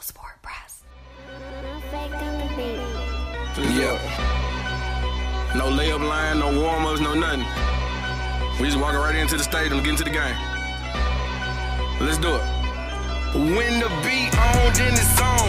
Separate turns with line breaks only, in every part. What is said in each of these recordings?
Sport Press.
Yeah. No layup line, no warm ups, no nothing. We just walking right into the stadium, getting to the game. Let's do it. When the beat on, then it's on.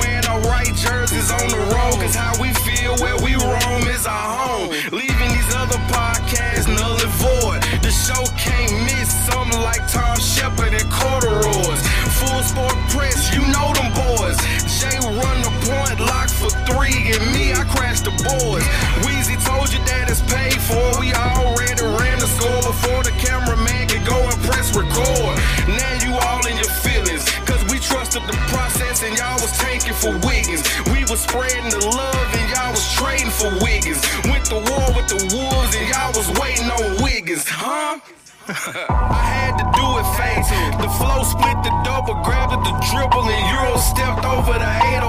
When the right jerseys on the road, cause how we feel where we roam is our home. Leaving these other podcasts null and void. The show can't miss something like Tom Shepard and Corduroys. Full sport press, you know them boys. Jay run the point, lock for three, and me, I crash the boards. Weezy told you that it's paid for. We already ran the score before the cameraman could go and press record. Now you all in your feelings, cause we trusted the process and y'all was tanking for Wiggins. We was spreading the love and y'all was trading for Wiggins. Went to war with the wolves and y'all was waiting on Wiggins, huh? I had to do it fast. The flow split the double, grabbed at the dribble, and Euro stepped over the 808.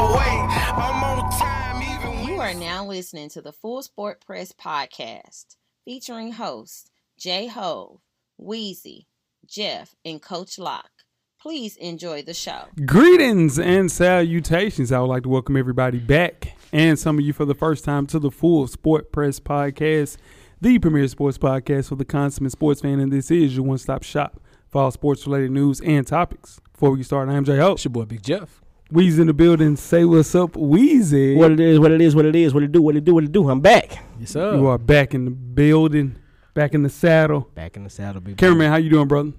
I'm on time, even when
You are now listening to the Full Sport Press podcast featuring hosts Jay Hove, Wheezy, Jeff, and Coach Locke. Please enjoy the show.
Greetings and salutations. I would like to welcome everybody back and some of you for the first time to the full Sport Press Podcast, the premier sports podcast for the consummate sports fan. And this is your one stop shop for all sports related news and topics. Before we start, I'm Jay Ho.
It's your boy Big Jeff.
Weezy in the building. Say what's up, Weezy.
What it is, what it is, what it is, what it do, what it do, what it do. I'm back.
Yes, sir.
You are back in the building, back in the saddle.
Back in the saddle, big
Cameraman, how you doing, brother?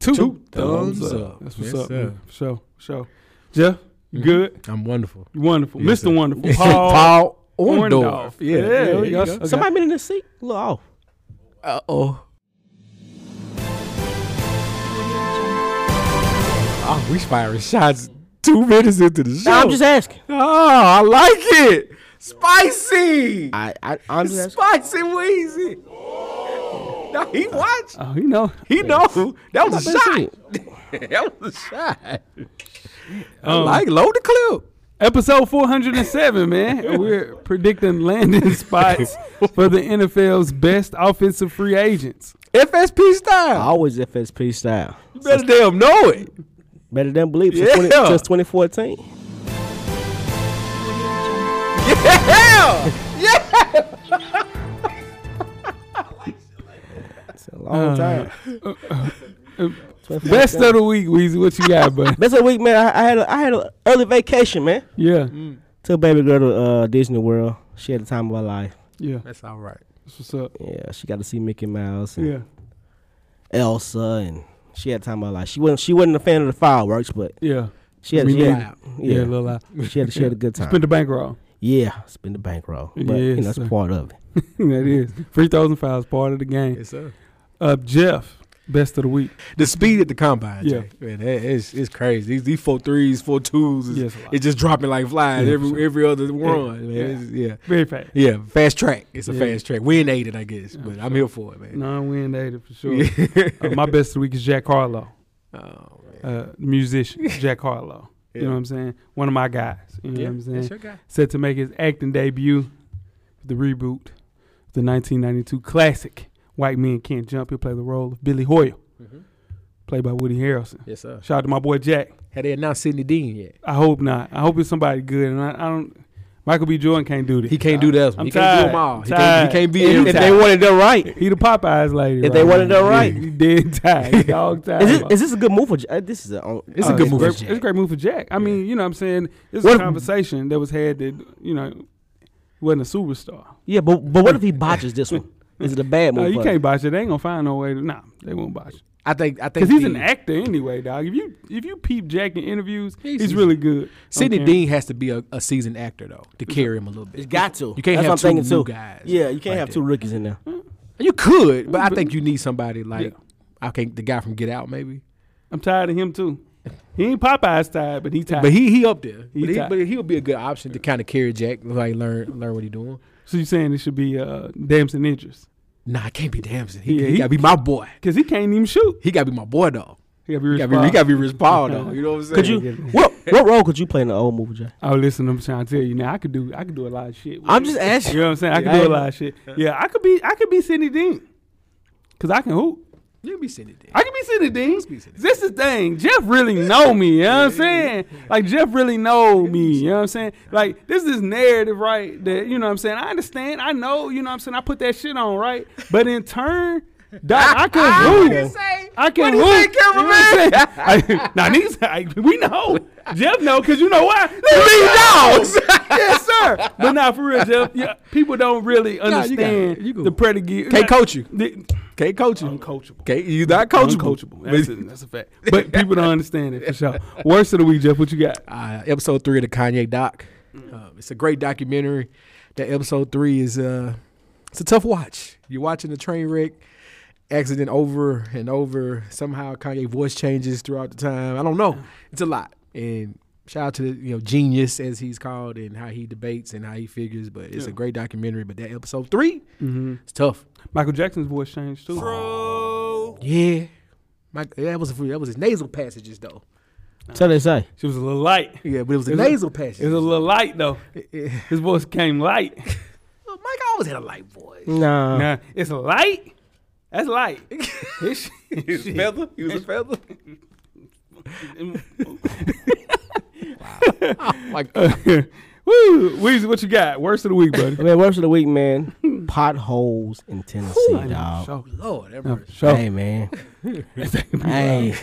Two,
Two thumbs up.
That's what's
Yes,
up.
sir. Mm-hmm.
man. For Sure, for sure. Jeff, you good?
I'm wonderful.
You wonderful.
Yes,
Mr.
sir.
Wonderful. Paul. Orndorff.
Yeah.
Yeah,
there
you
you
go.
go.
Okay.
Somebody been in the seat? A little off.
Uh oh. Oh, we firing shots two minutes into the show.
No, I'm just asking.
oh, I like it. Spicy.
I, I, I'm just asking.
Spicy Wheezy. No, he watched.
Oh, you know.
He know. That was a shot.
Listen,
That was a shot. I like load the clip.
Episode 407, man. We're predicting landing spots for the NFL's best offensive free agents.
FSP
I
style.
Always FSP style.
You better damn know it.
Better than believe since,
Yeah.
20, since 2014.
Yeah.
It's a long
Uh,
time.
Best of the week, Weezy. What you got, bud?
Best of the week, man. I, I had a, I had an early vacation, man.
Yeah,
Mm.
Took baby girl to uh, Disney World. She had the time of her life.
yeah.
That's all right.
That's what's up.
Yeah, she got to see Mickey Mouse and
Yeah,
Elsa, and she had the time of her life. She wasn't she wasn't a fan of the fireworks, but
yeah.
she had,
Me
she
neither.
had,
Yeah,
yeah,
Lil Lot.
she had she had a good time.
Spent the bankroll.
Yeah, spin the bankroll. But you
Yes,
know, that's
sir.
part of it.
that is. Free throws and fouls, part of the game.
Yes, sir.
Uh, Jeff, best of the week.
The speed at the combine,
Yeah.
yeah, man, that- it's it's crazy. These, these four threes, four twos, is,
Yes, a lot.
it's just dropping like flies
Yeah,
every
for sure.
every other run,
Yeah.
man. It's- Yeah. yeah,
Very fast.
fast track. It's a
Yeah.
fast track. We ain't ate it, I guess, but I'm here for it, man.
Non win dated for sure.
Yeah.
Uh, my best of the week is Jack Harlow.
oh man,
uh, musician, Jack Harlow. You know
Yeah.
what I'm saying? One of my guys. You know
yeah,
what I'm saying?
that's your guy.
Set to make his acting debut, the reboot, the 1992 classic White Men Can't Jump. He'll play the role of Billy Hoyle,
Mm-hmm.
played by Woody Harrelson.
Yes, sir.
Shout out to my boy Jack.
Had they announced Sidney Dean yet?
I hope not. I hope it's somebody good. And I, I don't. Michael B. Jordan can't do this.
He can't do that.
I'm
he can't do them
tired.
all. He
Tired.
can't, he can't be.
If-
everything.
if they want-
wanted that right.
He the Popeyes lady.
If they
right
wanted
now.
that right.
he, he dead tired. He dog tired.
Is this, is this a good move for? J- Uh, this is a, oh,
It's a
Oh,
good
it's
move for
Great,
Jack.
It's a great move for Jack. I mean, you know what I'm saying? This is
What
a
if-
conversation that was had that, you know, he wasn't a superstar.
Yeah, but but what if he botches this one? Is it a bad move?
No, you
for
can't
him?
botch it. They ain't gonna find no way to nah, they won't botch it.
I think. I think
Because he's an
the-
actor anyway, dog. If you if you peep Jack in interviews, he's,
He's-
really good.
Sidney
Okay.
Dean has to be a, a seasoned actor though to carry him a little bit.
It's got to.
You
That's
can't have
what I'm
two
thinking
new
too.
guys.
Yeah, you can't
like
have
that.
two rookies in there.
You could, but I think you need somebody like
Yeah.
I think the guy from Get Out maybe.
I'm tired of him too. He ain't Popeye's tired, but he tired.
But he he up there.
He
but, he,
tight.
but he'll be a good option to kind of carry Jack, like learn learn what he's doing.
so you saying it should be uh damson interest.
Nah, it can't be Damson. He,
Yeah,
he
he-
gotta be my boy.
Cause he can't even shoot.
He gotta be my boy though.
He gotta be
He gotta be,
responsible.
he gotta be Rich Paul though. You know what I'm saying?
Could you? What what role could you play in the old movie, Jay?
Oh, listen, I'm trying to tell you now. I could do, I could do a lot of shit. with
I'm
it.
just asking.
You know what I'm saying? I could do a lot of shit. Yeah, I could be, I could be Sidney Dean, cause I can hoop.
You can be Cindy Dean.
I can be City Dean.
be City
This is the thing. Jeff really know me. You know what I'm saying? Like Jeff really know me. You know what I'm saying? Like this is narrative, right? That you know what I'm saying. I understand. I know. You know what I'm saying. I put that shit on, right? But in turn, doc, I can hoop. I can hoop. You know what I'm saying? I- Now these, I- we know. Jeff know because you know why? These dogs. yes, sir. But now for real, Jeff. Yeah, people don't really
got it.
understand
You good.
the predicate.
Can't coach you.
The,
Can't coach you.
Uncoachable.
Can't, you not coachable.
Uncoachable. That's a, that's a fact. But people don't understand it for sure. Worst of the week, Jeff. What you got?
uh, episode three of the Kanye doc. Uh, it's a great documentary. That episode three is uh, it's a tough watch. You're watching the train wreck accident over and over. Somehow Kanye voice changes throughout the time. I don't know. It's a lot. And shout out to the, you know genius as he's called and how he debates and how he figures. But it's a great documentary. But that episode 3 it's tough.
Michael Jackson's voice changed too.
Yeah. My, that was that was his nasal passages though.
So they say.
She was a little light.
Yeah, but it was the
It was a-
nasal
It was a
passages.
little light though.
Yeah.
His voice came light.
Mike always had a light voice.
Nah.
Now it's light. That's light. His shit-
He was a feather. He was a feather. Like
Woo, Weezy, what you got? Worst of the week, buddy.
I mean, worst of the week, man. Potholes in Tennessee, dog.
Sure,
Lord, that mercy.
sure.
Hey, man. hey,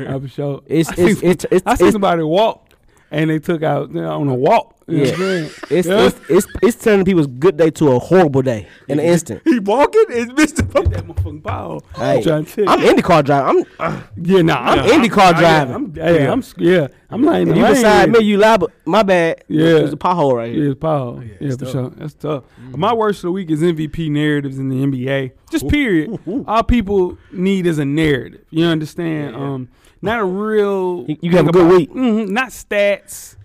I'm sure.
it's
I
it's
seen-
it's it's
I see
it's,
somebody walk, and they took out you know, on a walk. You know what I'm
yeah.
saying?
it's,
Yeah.
it's it's it's turning people's good day to a horrible day in an instant.
He walking is Mr.
that motherfucking ball.
Hey,
I'm trying to tell you.
I'm IndyCar driving. I'm
Yeah, nah, I'm
IndyCar driving.
I'm, hey, I'm sc- yeah, I'm not in the
you
lane
beside
with-
me, you liable. My bad.
Yeah.
there's a pothole right
Yeah,
here.
it's Paul. Yeah, for sure. That's tough. Mm-hmm. My worst of the week is MVP narratives in the NBA. Just period. All people need is a narrative. You understand? Um, not a real.
You- you have a good week.
Mhm, not stats,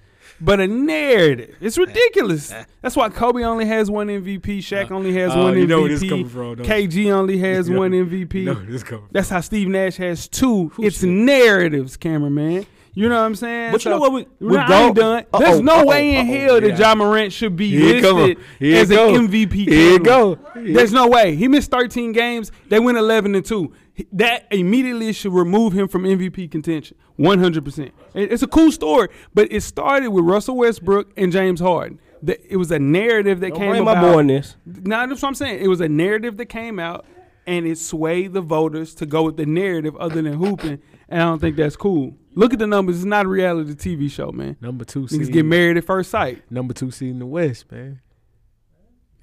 but a narrative. It's ridiculous. That's why Kobe only has one MVP. Shaq only has
oh,
one
you
MVP.
know where this coming from, don't you?
KG only has one MVP.
No, this coming.
That's how Steve Nash has two. it's narratives, cameraman. You know what I'm saying?
But you know what we-
Nah,
we
I ain't
go-
done.
Uh-oh,
There's no
uh-oh,
way in
uh-oh,
hell that
yeah.
John Morant should be
Here it come.
listed
Here it
as
go.
an MVP.
Here
candidate.
it go. Here-
There's no way. He missed 13 games. They went 11 and two. He- That immediately should remove him from MVP contention. 100. percent It's a cool story, but it started with Russell Westbrook and James Harden. That- It was a narrative that
Don't
came
blame my
about.
boy in this.
No, that's what I'm saying. It was a narrative that came out, and it swayed the voters to go with the narrative other than hooping. And I don't think that's cool. Look at the numbers. It's not a reality TV show, man.
Number two
Niggas
seed.
get married at first sight.
Number two seed in the West, man.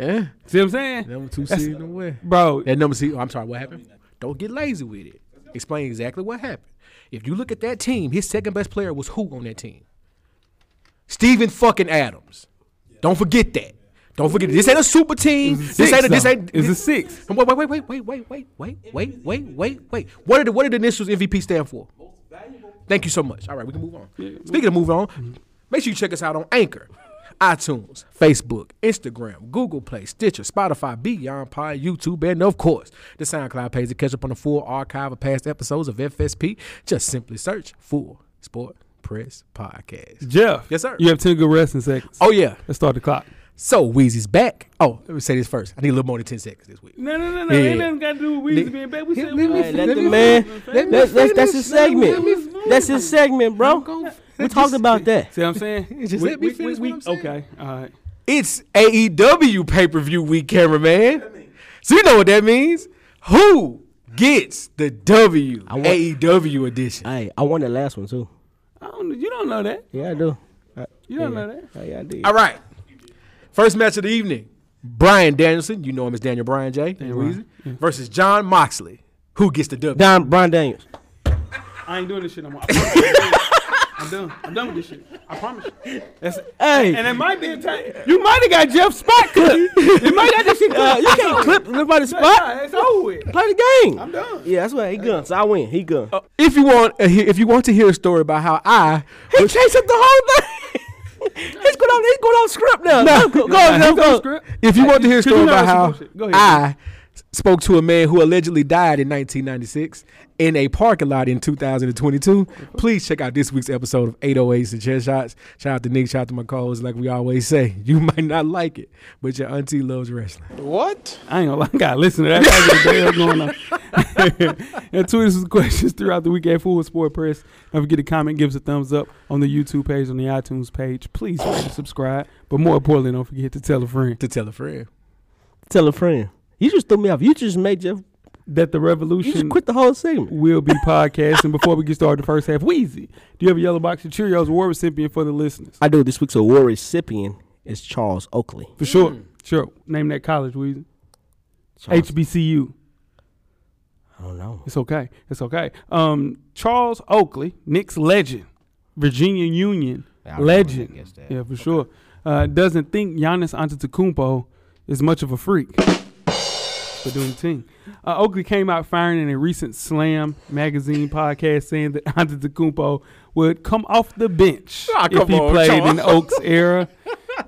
Yeah.
See what I'm saying,
Number two
That's-
seed in the West.
bro?
That number seed. oh, I'm sorry. What happened? Don't get lazy with it. Explain exactly what happened. If you look at that team, his second best player was who on that team? Steven fucking Adams. Don't forget that. Don't forget it. This ain't a super team.
It's a
this
six,
ain't. A, this
though.
ain't.
It's a
this-
six.
Wait, wait, wait, wait, wait, wait, wait, wait, wait, wait, wait, wait. What did what did the initials MVP stand for? Thank you so much. All right, we can move on. Speaking of moving on, make sure you check us out on Anchor, iTunes, Facebook, Instagram, Google Play, Stitcher, Spotify, Beyond Pod, YouTube, and of course, the SoundCloud page to catch up on the full archive of past episodes of FSP. Just simply search Full Sport Press Podcast.
Jeff.
Yes, sir.
You have ten good resting seconds.
Oh yeah.
Let's start the clock.
So Weezy's back. Oh, let me say this first. I need a little more than ten seconds this week.
No, no, no,
Yeah. ain't nothing
got to do
Weezy being
back.
said- let me-
Hey, let
Let
the
me
man.
finish. Let me
That's that's that's his
finish. Let me- let me
segment.
finish.
That's his segment, bro.
gonna-
We talked about that.
See what I'm saying?
Just let me finish what I'm saying.
Okay, all right.
It's AEW pay per view week, cameraman. So you know what that means. Who gets the W?
want-
AEW edition.
Hey, I won the last one too.
I don't, you don't know that.
Yeah, I do. I,
You don't know that.
hey, I did.
All right. First match of the evening Brian Danielson, you know him as Daniel Bryan J. Weezy, versus John Moxley. Who gets the W?
Don Brian Daniels.
I ain't doing this shit no more. I'm done. I'm done with this shit. I promise you. That's it.
Hey.
And it might be a time. You might have got Jeff Spot cut. you might have got this shit
Uh,
cut.
you can't clip nobody's spot.
Nah, it's over with.
Play the game. I'm
done.
Yeah, that's what he guns. I win. He guns.
If you want, uh, he- if you want to hear a story about how I,
He chased up the whole thing. he's going on. He's going on script now.
No,
go, go, go,
no, no,
go.
if you want to hear a
Cause you
story
know
about
that's some
how
bullshit. Go ahead.
I spoke to a man who allegedly died in 1996 in a parking lot in 2022. Please check out this week's episode of 808s and Chair Shots. Shout out to Nick, shout out to my co-host. Like we always say, you might not like it, but your auntie loves wrestling.
What?
I ain't gonna lie, I gotta listen to that. I got going on. and tweet us with questions throughout the week at Full Sport Press. Don't forget to comment, give us a thumbs up on the YouTube page, on the iTunes page. Please rate and subscribe. But more importantly, don't forget to tell a friend
To tell a friend.
Tell a friend. You just threw me off. You just made Jeff.
that the
You just
revolution
quit the whole segment.
will be podcasting. Before we get started, the first half, Wheezy, do you have a yellow box of Cheerios award recipient for the listeners?
I do. This week's award recipient is Charles Oakley.
For sure.
Mm.
Sure. Name that college, Wheezy.
Charles,
HBCU.
I don't know.
It's okay. It's okay. Um, Charles Oakley, Knicks legend, Virginia Union
Yeah, I really wouldn't
legend.
guess that.
Yeah, for sure. Uh, doesn't think Giannis Antetokounmpo is much of a freak. For doing the team. Uh, Oakley came out firing in a recent Slam magazine podcast saying that Antetokounmpo would come off the bench
Ah,
if
come
he
on,
played
Charles.
in Oaks era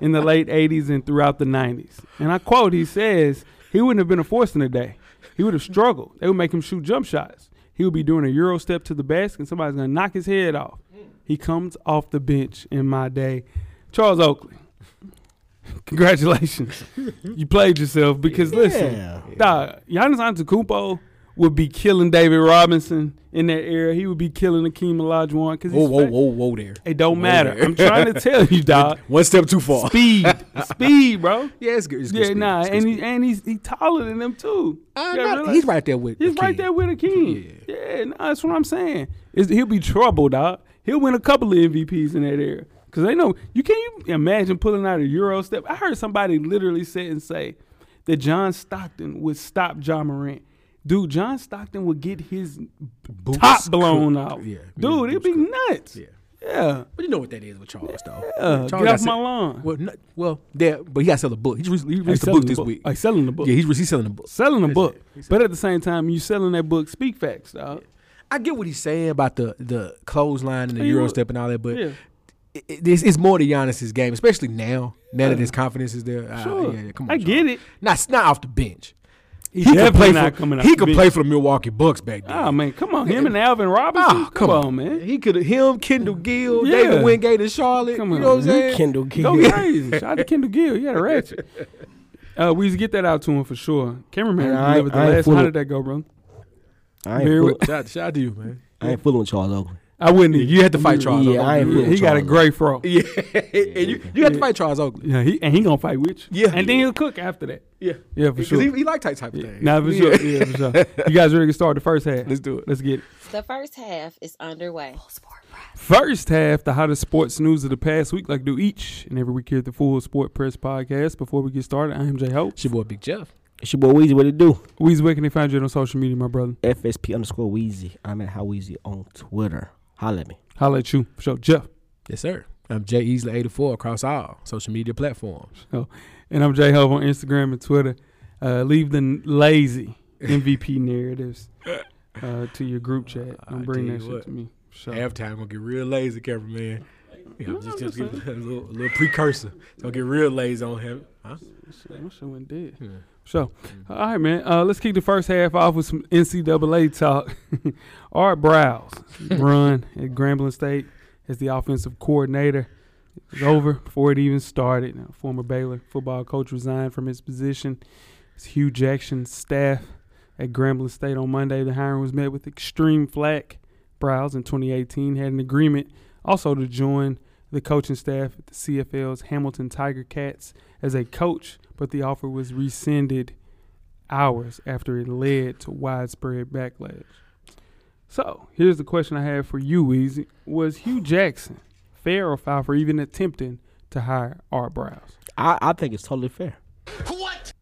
in the late 80s and throughout the 90s. And I quote, he says, he wouldn't have been a force in the day. He would have struggled. They would make him shoot jump shots. He would be doing a Euro step to the basket and somebody's going to knock his head off. He comes off the bench in my day. Charles Oakley, congratulations. you played yourself because, listen,
Yeah.
dog, Giannis Antetokounmpo would be killing David Robinson in that era. He would be killing Akeem Olajuwon because
Whoa, whoa, whoa, whoa there.
it don't matter. I'm trying to tell you, dog.
One step too far.
Speed, speed, bro.
Yeah, it's good. It's good
Yeah,
speed.
nah,
It's good
and
speed.
he, and he's he taller than them too.
Uh,
You gotta
not-
realize-
he's right there with
He's
the
right
kid.
there with a king. Yeah, nah, that's what I'm saying. Is he'll be trouble, dog. He'll win a couple of MVPs in that era because they know you can you imagine pulling out a Euro step. I heard somebody literally sit and say that John Stockton would stop John Morant. Dude, John Stockton would get his
Boots
top blown
cooked.
out.
Yeah,
Dude, it'd
boots
be
cooked.
nuts.
Yeah.
yeah.
But you know what that is with Charles, though.
Yeah,
Charles
get
got
off my
se-
lawn.
Well, not, well, yeah, but he got to sell a book. He just re- he
He's
released a book this week.
Like selling the book.
Yeah, he's, re- he's selling a book.
selling a
That's
book.
it. He's
But at the same time, you selling that book, speak facts, dog.
I get what he's saying about the the clothesline and the
Yeah,
euro
you-
step and all that, but
yeah.
it, it, it's, it's more to Giannis's game, especially now. Now that his confidence is there, Uh,
Sure.
yeah, yeah, come on,
I get
Charles.
it.
Not not off the bench. He,
definitely
could play
not
for
coming off
he
the
could
bench.
play for the Milwaukee Bucks back then.
Oh man, come on, him and Alvin Robinson.
Ah,
come, on, man.
He could have him, Kendall Gill,
Yeah.
David Wingate, and Charlotte.
Come
you
on,
know what I'm
man.
saying?
Kendall
Go
Gill.
crazy. Shout out to Kendall Gill. He had a ratchet. Uh, we used to get that out to him for sure. Cameraman
Man, I ain't-
delivered the
I ain't
last. How
fooling-
did that go, bro?
I ain't,
Very
fool-
well.
shout, out- shout out to you, man.
I ain't fooling with Charles Oakley.
I wouldn't. even-
You had to fight Charles.
Yeah,
Oakley.
I ain't fooling
He
with
got a
Charles
great fro.
Yeah, and you, you have to fight Charles Oakley.
Yeah, he and he gonna fight with you.
Yeah.
and then he'll cook after that.
Yeah,
Yeah, for
because
sure.
he, he like type type of thing.
Nah, for sure. Yeah, for sure. You guys ready to start the first half?
Let's do it.
Let's get it.
The first half is underway.
First half, the hottest sports news of the past week, like do each and every week here at the Full Sport Press Podcast. Before we get started, I am Jay Hope.
It's your boy Big Jeff.
It's your boy Weezy. What it do?
Weezy, where can they find you on social media, my brother?
FSP underscore Weezy. I'm at How Weezy on Twitter. Holla at me.
Holla at you. For sure. Jeff.
Yes, sir. I'm Jay Easley, 84 across all social media platforms.
So, and I'm Jay Hope on Instagram and Twitter. Uh, leave the n- lazy MVP narratives uh, to your group chat.
I
Don't bring
tell
that
you
shit
what.
to me. For sure.
Halftime gonna get real lazy, cameraman. Yeah,
No,
just
I'm just
just give a little, a little precursor. It's gonna get real lazy on him. Huh?
My shit went dead.
Yeah.
So, all right, man. Uh, let's kick the first half off with some NCAA talk. Art Browse run at Grambling State as the offensive coordinator is over before it even started. Now, former Baylor football coach resigned from his position. It's Hugh Jackson's staff at Grambling State on Monday. The hiring was met with extreme flack. Browse in 2018 had an agreement also to join the coaching staff at the CFL's Hamilton Tiger Cats as a coach, but the offer was rescinded hours after it led to widespread backlash. So here's the question I have for you, Weezy. Was Hugh Jackson fair or foul for even attempting to hire Art Browse?
I, I think it's totally fair. What?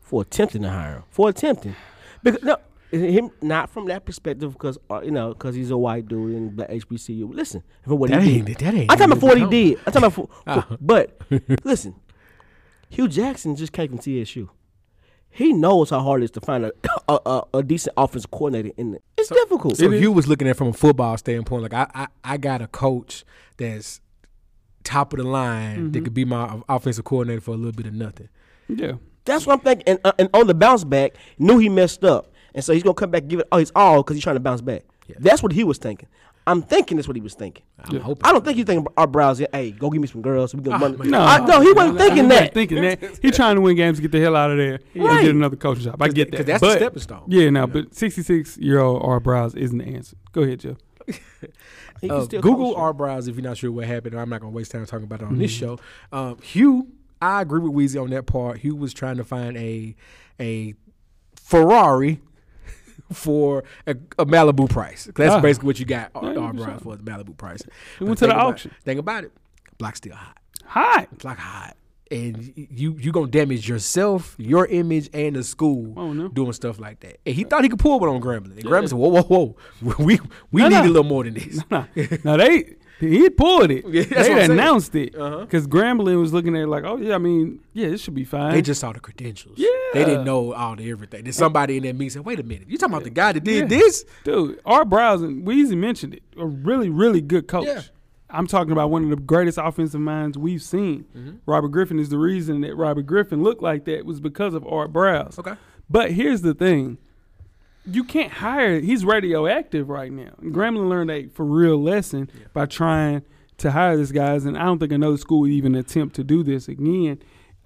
For attempting to hire him. For attempting. Because no, him not from that perspective because uh, you know because he's a white dude and black HBCU. Listen, from what
That
he
ain't-
did.
that ain't
I'm talking about for what he
even- Ah.
did. I'm talking about for, for- but listen, Hugh Jackson just came from TSU. He knows how hard it is to find a a, a, a decent offensive coordinator in it. It's difficult.
So Hugh was looking at it from a football standpoint. Like I, I, I got a coach that's
Mm-hmm.
top of the line that could be my offensive coordinator for a little bit of nothing.
Yeah.
That's what I'm thinking. And, uh, and on the bounce back, knew he messed up, and so he's gonna come back and give it all his all because he's trying to bounce back. That's what he was thinking. I'm thinking that's what he was thinking.
I'm hoping.
I don't think he's thinking about our browsing. Hey, go give me some girls. We gonna money.
No,
I, no, he wasn't thinking
he
that.
Wasn't thinking that. He trying to win games, to get the hell out of there, and
Right.
get another coaching job. I get that.
'cause that's the
but,
stepping stone.
Yeah, no, but 66 year old R. Browse isn't the answer. Go ahead, Jeff.
He can
Uh,
still
Google
coach.
our brows if you're not sure what happened. and I'm not going to waste time talking about it on this
Mm-hmm.
show. Um, Hugh, I agree with Weezy on that part. Hugh was trying to find a a Ferrari for a, a Malibu price. That's
Ah.
basically what you got our,
you
our
can
brows
shop.
for the Malibu price.
He
But
went to the
think about-
auction.
think about it. Block still hot.
Hi.
Block hot. And y- you you gonna damage yourself, your image, and the school
Oh, no.
doing stuff like that. And he thought he could pull one on Gremlin. And Gremlin said, "Whoa, whoa, whoa! We we
No,
need
no.
a little more than this."
Nah. now they he pulled it.
Yeah, that's what
they
I'm saying. Uh-huh.
announced it because Grambling was looking at it like, oh yeah, I mean, yeah, this should be fine.
They just saw the credentials. They
Yeah.
didn't know all the everything. Then somebody in that meeting said, wait a minute, you talking about the guy that did this?
Dude, R. Browse and Weezy mentioned it. A really, really good coach.
Yeah.
I'm talking about one of the greatest offensive minds we've seen.
Mm-hmm.
Robert Griffin is the reason that Robert Griffin looked like that was because of Art Browse.
Okay.
But here's the thing. You can't hire he's radioactive right now. And Gremlin learned a for real lesson by trying to hire this guys and I don't think another school would even attempt to do this again.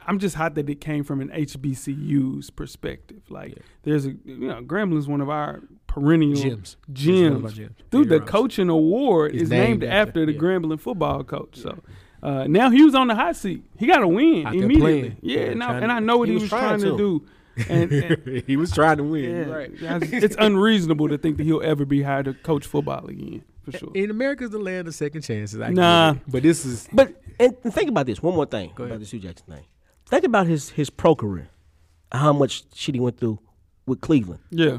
I'm just hot that it came from an HBCU's perspective. Like there's a you know, Gramblin's one of our perennial
Gyms. He's one of our
Gyms.
gyms.
Dude, the
Heroes.
coaching award
He's
is named,
named
after,
after-
the
yeah.
Grambling football coach. So uh, now he was on the hot seat. He got to win
Out there
immediately.
playing.
Yeah,
Yeah,
no,
trying
and
to-
I know what
he
he was,
was
trying,
trying
to,
to.
do. And, and
he was trying to win.
yeah,
Right.
that's- it's unreasonable to think that he'll ever be hired to coach football again, for sure.
In America's the land of second chances. I
Nah.
nah. But this is
But and and think about this. One more thing about
ahead.
this Hugh Jackson thing. Think about his his pro career, how much shit he went through with Cleveland,
yeah.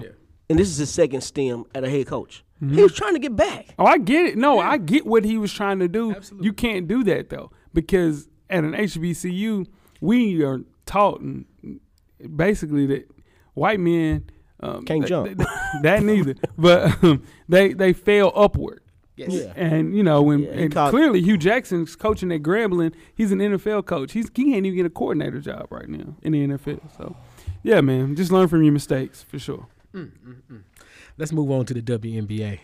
and this is his second stem at a head coach. He was trying to get back.
Oh, I get it. No, I get what he was trying to do. You can't do that though, because at an HBCU, we are taught and basically that white men um,
Can't
they-
jump.
they- that neither, but um, they they fail upward.
Yeah.
And you know when
he
and
caught-
clearly Hugh Jackson's coaching at Grambling, he's an NFL coach. He's he can't even get a coordinator job right now in the NFL. So, yeah, man, just learn from your mistakes for sure.
let's move on to the WNBA.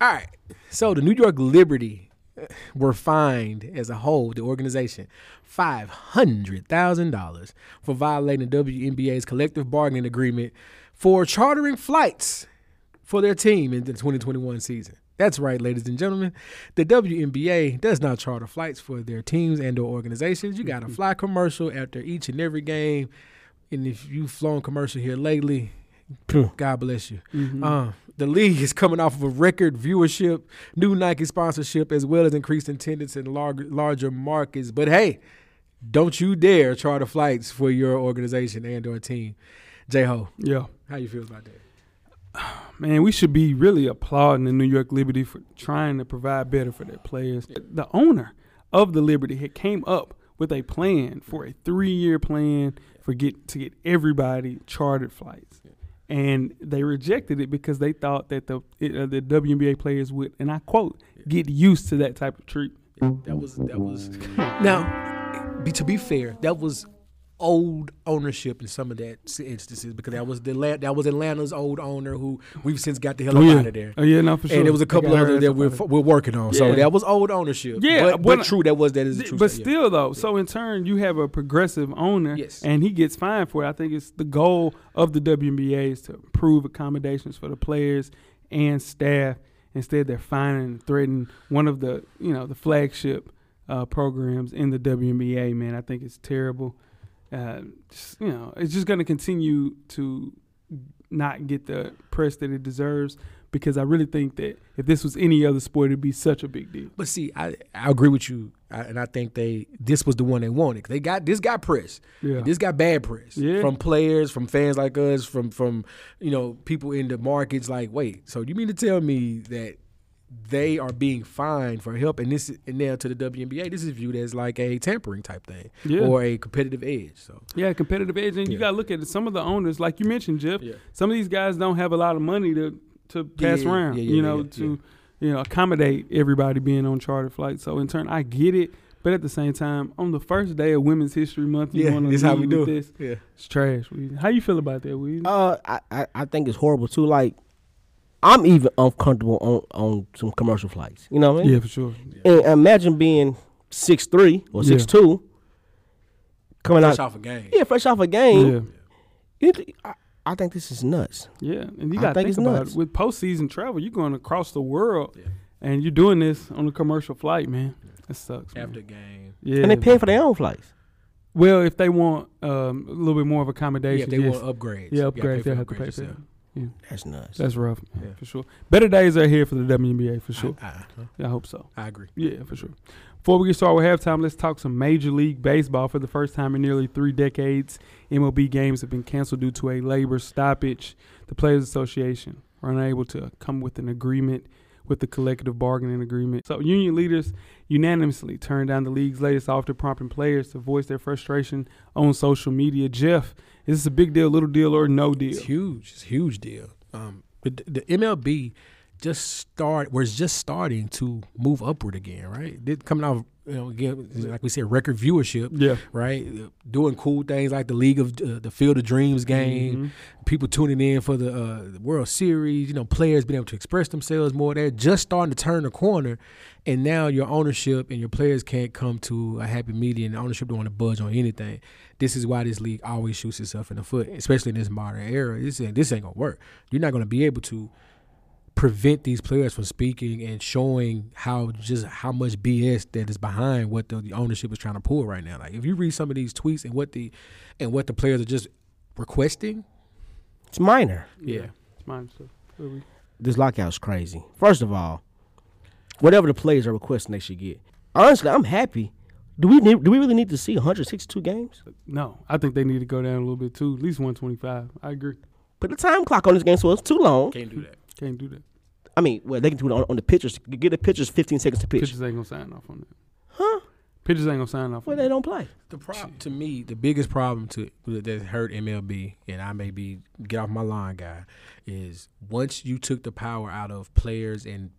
All right. So the New York Liberty uh, were fined as a whole, the organization, five hundred thousand dollars for violating the WNBA's collective bargaining agreement for chartering flights for their team in the 2021 season. That's right, ladies and gentlemen. The WNBA does not charter flights for their teams and/or organizations. You got to fly commercial after each and every game, and if you've flown commercial here lately, God bless you. Uh, the league is coming off of a record viewership, new Nike sponsorship, as well as increased attendance in larger, larger markets. But hey, don't you dare charter flights for your organization and/or team. J Ho,
Yeah.
how you feel about that?
Man, we should be really applauding the New York Liberty for trying to provide better for their players. The owner of the Liberty had came up with a plan for a three-year plan for get to get everybody chartered flights, and they rejected it because they thought that the it, uh, the WNBA players would, and I quote, get used to that type of treatment.
That was that was. now, be, to be fair, that was old ownership in some of that s- instances because that was the La- that was Atlanta's old owner who we've since got the hell out of there.
Oh yeah, no for sure.
And there was a couple
other
others that we're, f- we're working on.
Yeah.
So that was old ownership.
Yeah,
but,
when I-
but true, that was that is the
Th-
truth.
But
yeah.
still, though, so in turn, you have a progressive owner,
Yes.
and he gets fined for it. I think it's the goal of the WNBA is to improve accommodations for the players and staff. Instead, they're fining and threatening one of the you know the flagship uh, programs in the WNBA. Man, I think it's terrible. Uh, just, you know, it's just going to continue to not get the press that it deserves because I really think that if this was any other sport, it'd be such a big deal.
But see, I, I agree with you, I, and I think they this was the one they wanted. They got this got press,
Yeah.
this got bad press
Yeah.
from players, from fans like us, from from you know people in the markets. Like, wait, so you mean to tell me that they are being fined for help, and this is- and now to the WNBA, this is viewed as like a tampering type thing
Yeah.
or a competitive edge. So
Yeah, competitive edge, and you got to look at it. Some of the owners, like you mentioned, Jeff,
Yeah.
some of these guys don't have a lot of money to to pass
yeah,
around.
yeah, yeah,
you
yeah,
know,
yeah,
to you know accommodate everybody being on charter flights. So in turn, I get it, But at the same time, on the first day of Women's History Month, you
Yeah,
want to
it's how we do it.
This.
Yeah.
It's trash. Weezy. How you feel about that, Weezy?
Uh, I, I, I think it's horrible too. Like, I'm even uncomfortable on, on some commercial flights. You know what I mean?
yeah, for sure.
And imagine being six three or
Yeah.
six two, coming
Fresh
out.
off a game.
Yeah, fresh off a game.
Yeah,
You th- I, I think this is nuts.
yeah. And you
I
got to
think
think
it's
about
nuts.
it. With postseason travel, you're going across the world, and you're doing this on a commercial flight, man. That sucks. man.
After game.
Yeah.
And they paying for their own flights.
well, if they want um, a little bit more of
Yeah, if
accommodation,
they
yes.
want upgrades.
yeah,
you gotta
upgrade.
pay for
They have to pay
upgrades
for
yourself.
that. Yeah,
That's nuts.
that's rough, man,
Yeah.
for sure. Better days are here for the WNBA, for sure.
I,
I hope so.
I agree.
Yeah, for sure. Before we get started with halftime, let's talk some Major League Baseball. For the first time in nearly three decades, MLB games have been canceled due to a labor stoppage. The Players Association are unable to come with an agreement with the collective bargaining agreement. So, union leaders unanimously turned down the league's latest offer, prompting players to voice their frustration on social media. Jeff, is this a big deal, little deal, or no deal?
It's huge. It's a huge deal. Um, but th- the MLB just start was just starting to move upward again, right? Did coming off you know again like we said record viewership,
Yeah.
right? Doing cool things like the League of uh, the Field of Dreams game, people tuning in for the, uh, the World Series, you know, players being able to express themselves more. They're just starting to turn the corner, and now your ownership and your players can't come to a happy median. The ownership don't want to budge on anything. This is why this league always shoots itself in the foot, especially in this modern era. This ain't, this ain't gonna work. You're not gonna be able to prevent these players from speaking and showing how just how much BS that is behind what the, the ownership is trying to pull right now. Like if you read some of these tweets and what the and what the players are just requesting,
It's minor.
yeah.
It's mine, so.
This lockout's crazy. First of all, whatever the players are requesting, they should get. Honestly, I'm happy. Do we need, do we really need to see 162 games?
No, I think they need to go down a little bit too, at least 125. I agree.
Put the time clock on this game so it's too long.
Can't do that.
Can't do that.
I mean, well, they can do it on, on the pitchers. Get the pitchers 15 seconds to pitch.
Pitchers ain't gonna sign off on that. Huh? Pitchers ain't gonna sign off
Well,
on
they
that.
don't play.
The problem to me, the biggest problem to that hurt MLB, and I may be get off my line, guy, is once you took the power out of players and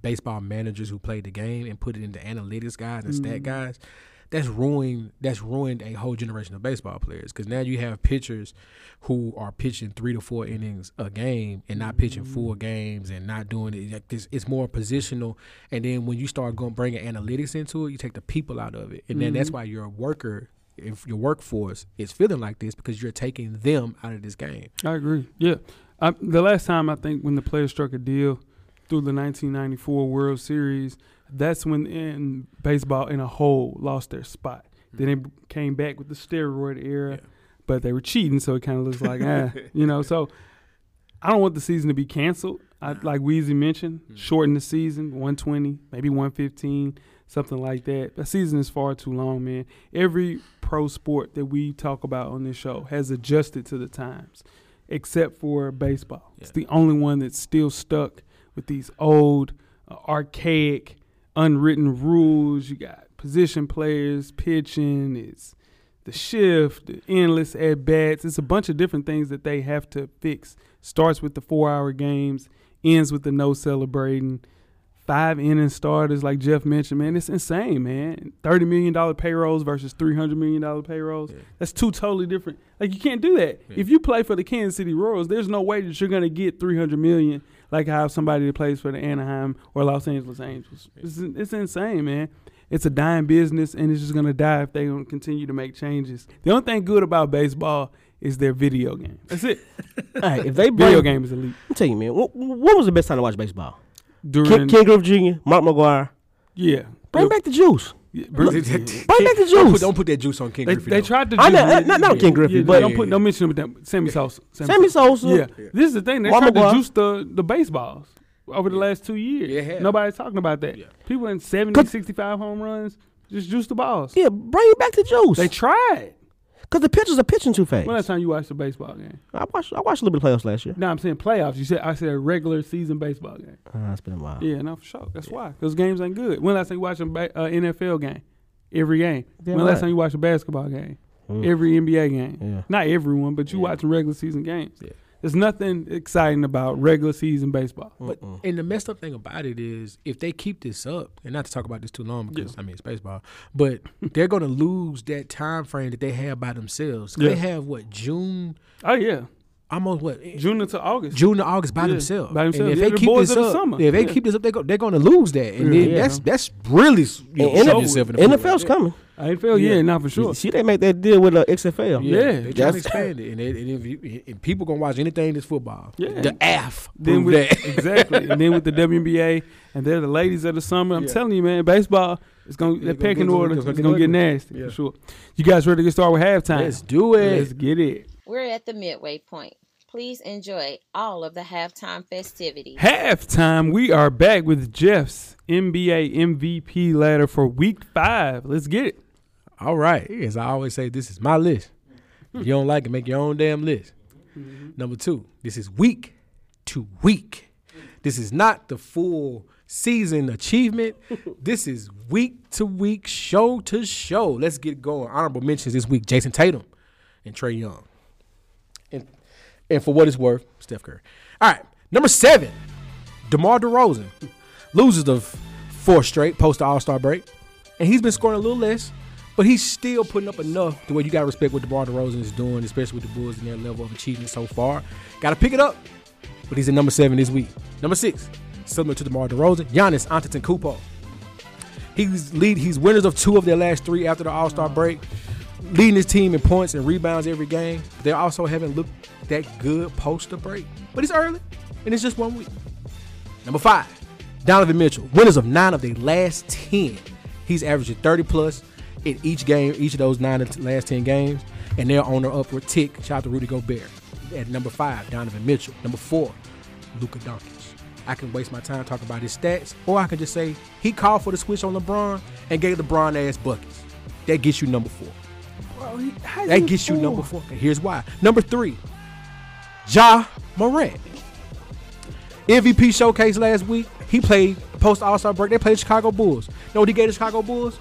baseball managers who played the game and put it into analytics guys and stat guys, that's ruined. That's ruined a whole generation of baseball players because now you have pitchers who are pitching three to four innings a game and not pitching
Mm-hmm.
four games and not doing it like this. It's more positional, and then when you start going bringing analytics into it, you take the people out of it, and then
Mm-hmm.
that's why your worker, if your workforce is feeling like this because you're taking them out of this game.
I agree. Yeah. I, the last time I think when the players struck a deal through the 1994 World Series, that's when in baseball in a whole lost their spot. Then it came back with the steroid era, but they were cheating, so it kind of looks like, ah, you know. So I don't want the season to be canceled. I, like Weezy mentioned, shorten the season, 120, maybe 115, something like that. The season is far too long, man. Every pro sport that we talk about on this show has adjusted to the times, except for baseball. It's the only one that's still stuck with these old, uh, archaic, unwritten rules. You got position players pitching. It's the shift, the endless at bats. It's a bunch of different things that they have to fix. Starts with the four hour games, ends with the no celebrating. Five inning starters, like Jeff mentioned, man, it's insane, man. Thirty million dollar payrolls versus three hundred million dollar payrolls. That's two totally different. Like you can't do that. If you play for the Kansas City Royals, there's no way that you're gonna get three hundred million like how somebody that plays for the Anaheim or Los Angeles Angels. It's, it's insane, man it's a dying business and it's just gonna die if they don't continue to make changes. The only thing good about baseball is their video game. That's it.
Hey, if they bring,
video game is elite.
I'm telling you, man. What, what was the best time to watch baseball? Ken,
During
Ken Griffey Jr., Mark McGuire.
yeah,
Bring back the juice.
Yeah, bro-
Bring back the
Don't
juice.
put, don't put that juice on King
They,
Griffey.
they
though.
tried to.
I
do-
know, uh, not- not Ken Griffey,
yeah,
but-
don't put don't mention him. with that- Sammy Sosa.
Sammy Sosa.
Yeah. this is the thing. They
Juan
tried
McGuire.
to juice the the baseballs over the last two years.
Yeah, they have.
Nobody's talking about that. People in 70,
Could-
65 home runs just juice the balls.
Yeah, bring it back the juice.
They tried.
Because the pitchers are pitching too fast.
When last time you watched a baseball game?
I watched I watched a little bit of playoffs last year.
No, I'm saying playoffs. You said I said a regular season baseball game.
Uh, it's been a while.
Yeah, no, for sure. That's why. Because games ain't good. When last time you watched an ba- uh, NFL game? Every game.
Damn
when
right.
last time you
Mm.
watched a basketball game? Every NBA game.
Yeah.
Not everyone, but you watching regular season games. There's nothing exciting about regular season baseball.
But and the messed up thing about it is if they keep this up, and not to talk about this too long because I mean it's baseball, but they're going to lose that time frame that they have by themselves.
Yeah.
They have what June,
Oh yeah,
almost what
June into August.
June to August by
Yeah,
themselves.
by themselves.
And if
Yeah,
they
the
keep
boys
this
of the
up,
summer.
if they
Yeah.
keep this up, they go, they're going to lose that, and then
Yeah.
that's that's really you know,
And
shooting
NFL
yourself in the foot.
NFL's coming.
I feel yeah, not for sure.
See, they make that deal with uh,
Yeah.
XFL.
they trying
that's-
to expand it, and, it, and, if you, and people gonna watch anything that's football.
Yeah.
The AF
Then
proved
with
that.
exactly, and then with the WNBA, and they're the ladies of the summer. I'm
Yeah.
telling you, man, baseball is going to
gonna
that pecking
get-
order
it's
is
gonna
going
get
to get
ugly.
nasty
Yeah.
for sure. You guys ready to get started with halftime?
Let's do it.
Let's get it.
We're at the midway point. Please enjoy all of the halftime festivities.
Halftime. We are back with Jeff's NBA MVP ladder for Week Five. Let's get it.
All right. As I always say, this is my list. If you don't like it, make your own damn list. Number two, this is week to week. This is not the full season achievement. this is week to week, show to show. Let's get going. Honorable mentions this week Jason Tatum and Trey Young. And, and for what it's worth, Steph Curry. All right. Number seven, DeMar DeRozan loses the f- four straight post the All Star break, and he's been scoring a little less, but he's still putting up enough to where you gotta respect what DeMar DeRozan is doing, especially with the Bulls and their level of achievement so far. Gotta pick it up, but he's at number seven this week. Number six, similar to DeMar DeRozan, Giannis Antetokounmpo. He's lead. He's winners of two of their last three after the All Star break, leading his team in points and rebounds every game. They also haven't looked that good post the break, but it's early, and it's just one week. Number five, Donovan Mitchell, winners of nine of the last 10. He's averaging 30 plus in each game, each of those nine of the last 10 games, and they're on their upward tick. Shout out to Rudy Gobert. At number five, Donovan Mitchell. Number four, Luka Doncic. I can waste my time talking about his stats, or I can just say he called for the switch on LeBron and gave LeBron ass buckets. That gets you number four. That gets you number four. And here's why. Number three, Ja Morant. MVP showcase last week. He played post All Star break. They played the Chicago Bulls. Know what he gave the Chicago Bulls?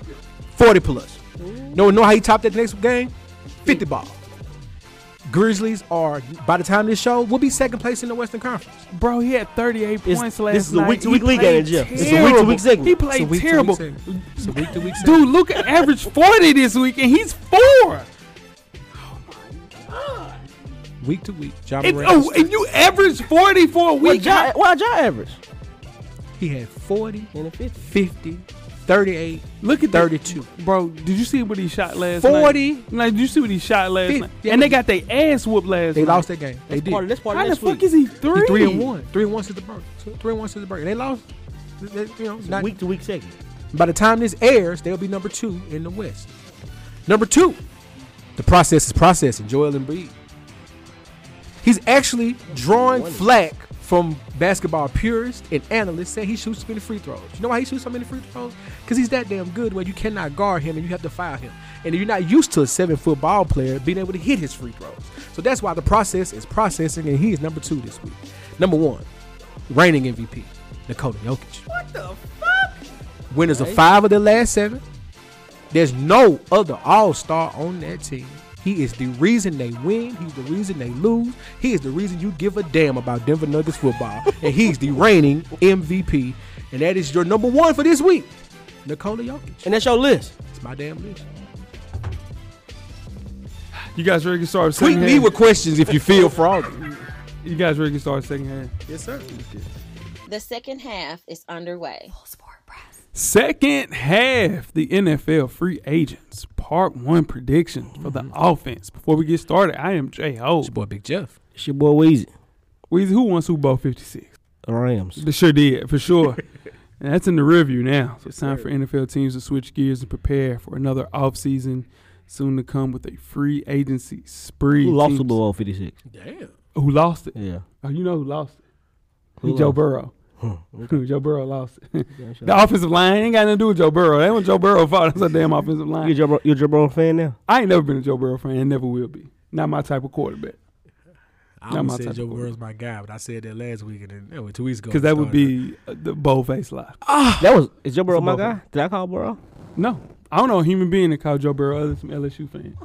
40 plus. Know, know how he topped that next game? 50 ball. Grizzlies are, by the time this show, will be second place in the Western Conference.
Bro, he had 38
It's-
points
this
last
is a
night.
week-to-week
He
league
played
game, Jeff. It's a week-to-week
terrible.
segment.
He
It's a
played terrible.
week to week segment. It's a week to week segment.
Dude, Luca averaged 40 this week, and he's four.
Week to week. Ja
If,
Morant.
oh, if you average 40 for a
Why
week,
Ja, why Ja average?
he had 40,
In the 50.
50, 38,
look at
32.
Bro, did you see what he shot last night?
40.
Like, did you see what he shot last
Fif-
night?
yeah.
And they got their ass whooped last
They
night.
lost that game. They
That's
did.
part of, that's part
How
of
the
next
fuck
week.
is he three?
He three and one. Three and one since the break. So Three and one since the break. And they lost. They- they- you know, not-
Week to week segment.
by the time this airs, they'll be number two in the West. Number two, the process is processing. Joel Embiid. He's actually drawing flack from basketball purists and analysts saying he shoots too many free throws. You know why he shoots so many free throws? Because he's that damn good where you cannot guard him and you have to foul him. And you're not used to a seven foot ball player being able to hit his free throws. So that's why the process is processing and he is number two this week. Number one, reigning MVP, Nikola Jokic. What the fuck? Winners of five of the last seven. There's no other All Star on that team. He is the reason they win. He's the reason they lose. He is the reason you give a damn about Denver Nuggets football. and he's the reigning MVP. And that is your number one for this week, Nikola Jokic.
And that's your list.
It's my damn list.
You guys ready to start
Tweet
second
me
half?
with questions if you feel froggy.
you guys ready to start second half?
yes, sir.
The second half is underway.
Second half, the NFL free agents, part one prediction for the offense. Before we get started, I am J Ho.
It's your boy Big Jeff.
It's your boy Weezy.
Weezy, Who won Super Bowl 56?
The Rams.
They sure did, for sure. and that's in the review now. So it's time for NFL teams to switch gears and prepare for another offseason soon to come with a free agency spree.
Who lost
Teams-
Super Bowl 56?
Damn.
Who lost it?
Yeah.
Oh, you know who lost it?
Who
Joe
lost?
Burrow.
Huh.
Joe Burrow lost it.
Yeah, shut
the offensive line ain't got nothing to do with Joe Burrow. That was Joe Burrow fault. That's a damn offensive line.
You a Joe Bur- you a Joe Burrow fan now?
I ain't never been a Joe Burrow fan and never will be. Not my type of quarterback.
I
Not my
almost
type
said
of
Joe
boy.
Burrow's my guy, but I said that last week and then that was two weeks ago.
Because that would be uh, the bold face lie.
That was is Joe Burrow my
Bowl
guy?
fan.
Did I call Burrow?
No. I don't know a human being that called Joe Burrow other than some LSU fans.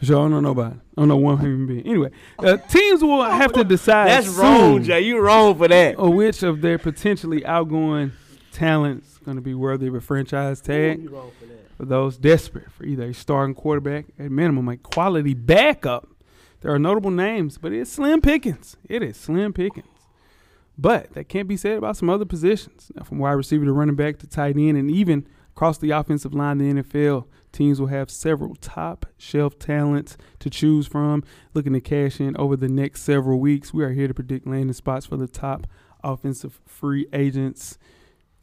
Sure, I don't know nobody. I don't know one human being. Anyway, uh, teams will have to decide.
That's
soon
wrong, Jay. You wrong for that.
Or which of their potentially outgoing talents going to be worthy of a franchise tag for those desperate for either a starting quarterback, at minimum a quality backup. There are notable names, but it's slim pickings. It is slim pickings. But that can't be said about some other positions. Now, from wide receiver to running back to tight end, and even across the offensive line, the NFL teams will have several top shelf talents to choose from. Looking to cash in over the next several weeks, we are here to predict landing spots for the top offensive free agents.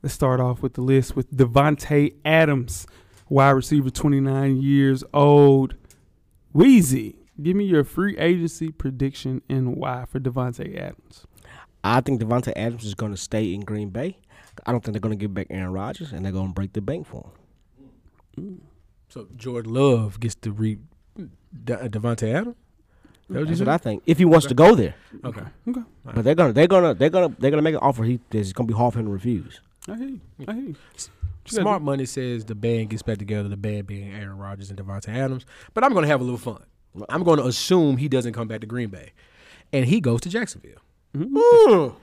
Let's start off with the list with Devontae Adams, wide receiver, 29 years old. Wheezy, give me your free agency prediction and why for Devontae Adams.
I think Devontae Adams is going to stay in Green Bay. I don't think they're going to give back Aaron Rodgers, and they're going to break the bank for him.
So George Love gets to reap De- Devontae Adams. That what you
That's what
said?
I think. If he wants to go there,
Okay.
Okay.
but they're gonna they're gonna they're gonna they're gonna make an offer. He it's gonna be hard for him to refuse.
I hear you. I hear you. gotta
Smart money says the band gets back together. The band being Aaron Rodgers and Devontae Adams. But I'm going to have a little fun. I'm going to assume he doesn't come back to Green Bay, and he goes to Jacksonville. Ooh.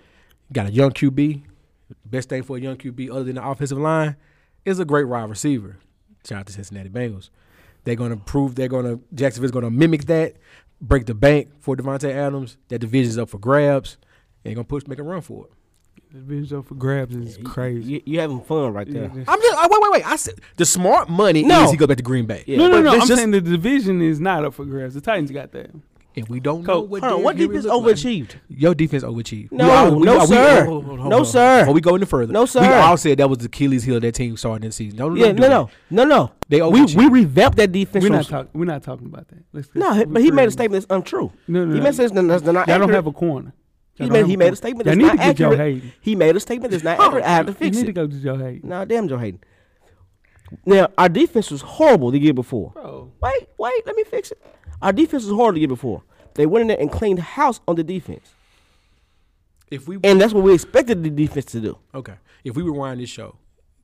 Got a young QB. Best thing for a young QB other than the offensive line is a great wide receiver. Shout out to Cincinnati Bengals. They're going to prove they're going to Jacksonville's going to mimic that, break the bank for Devontae Adams. That division's up for grabs. And they're going to push, make a run for it.
The video for grabs is crazy.
You, you having fun right there?
I'm just I, wait, wait, wait. I said the smart money
No.
is he go back to Green Bay.
Yeah.
No, no,
But
no.
let's
I'm
just-
saying the division is not up for grabs. The Titans got that.
and we don't know
Coach,
what,
Hold on, what
Derrick
defense
Henry look like.
overachieved?
Your defense overachieved.
No,
We all- we
no,
all- we-
sir.
hold- hold- hold
No,
on.
sir.
Before we go any further,
No,
We
sir.
all said that was the Achilles heel that team saw in this season. No, no,
Yeah,
don't do
no,
that.
no, no, no.
They
we we
overachieved.
revamped that defense.
We're
from-
not talking. We're not talking about that. Let's,
no,
let's-
he- but he
we're
made a
pretty-
statement that's untrue.
No, no,
he
no.
made a statement that's not
Y'all
accurate.
don't have a corner.
he
Y'all
made
don't
he
have
made a
corner.
statement
Y'all
that's
need
not
to get Joe
accurate.
Hayden.
He made a statement that's not accurate. I had to
You
fix
need to
it.
go to Joe Hayden.
No, damn Joe Hayden. Now our defense was horrible the year before.
Bro.
Wait, wait, let me fix it. Our defense was horrible the year before. They went in there and cleaned house on the defense,
If we
and that's what we expected the defense to do.
okay, if we rewind this show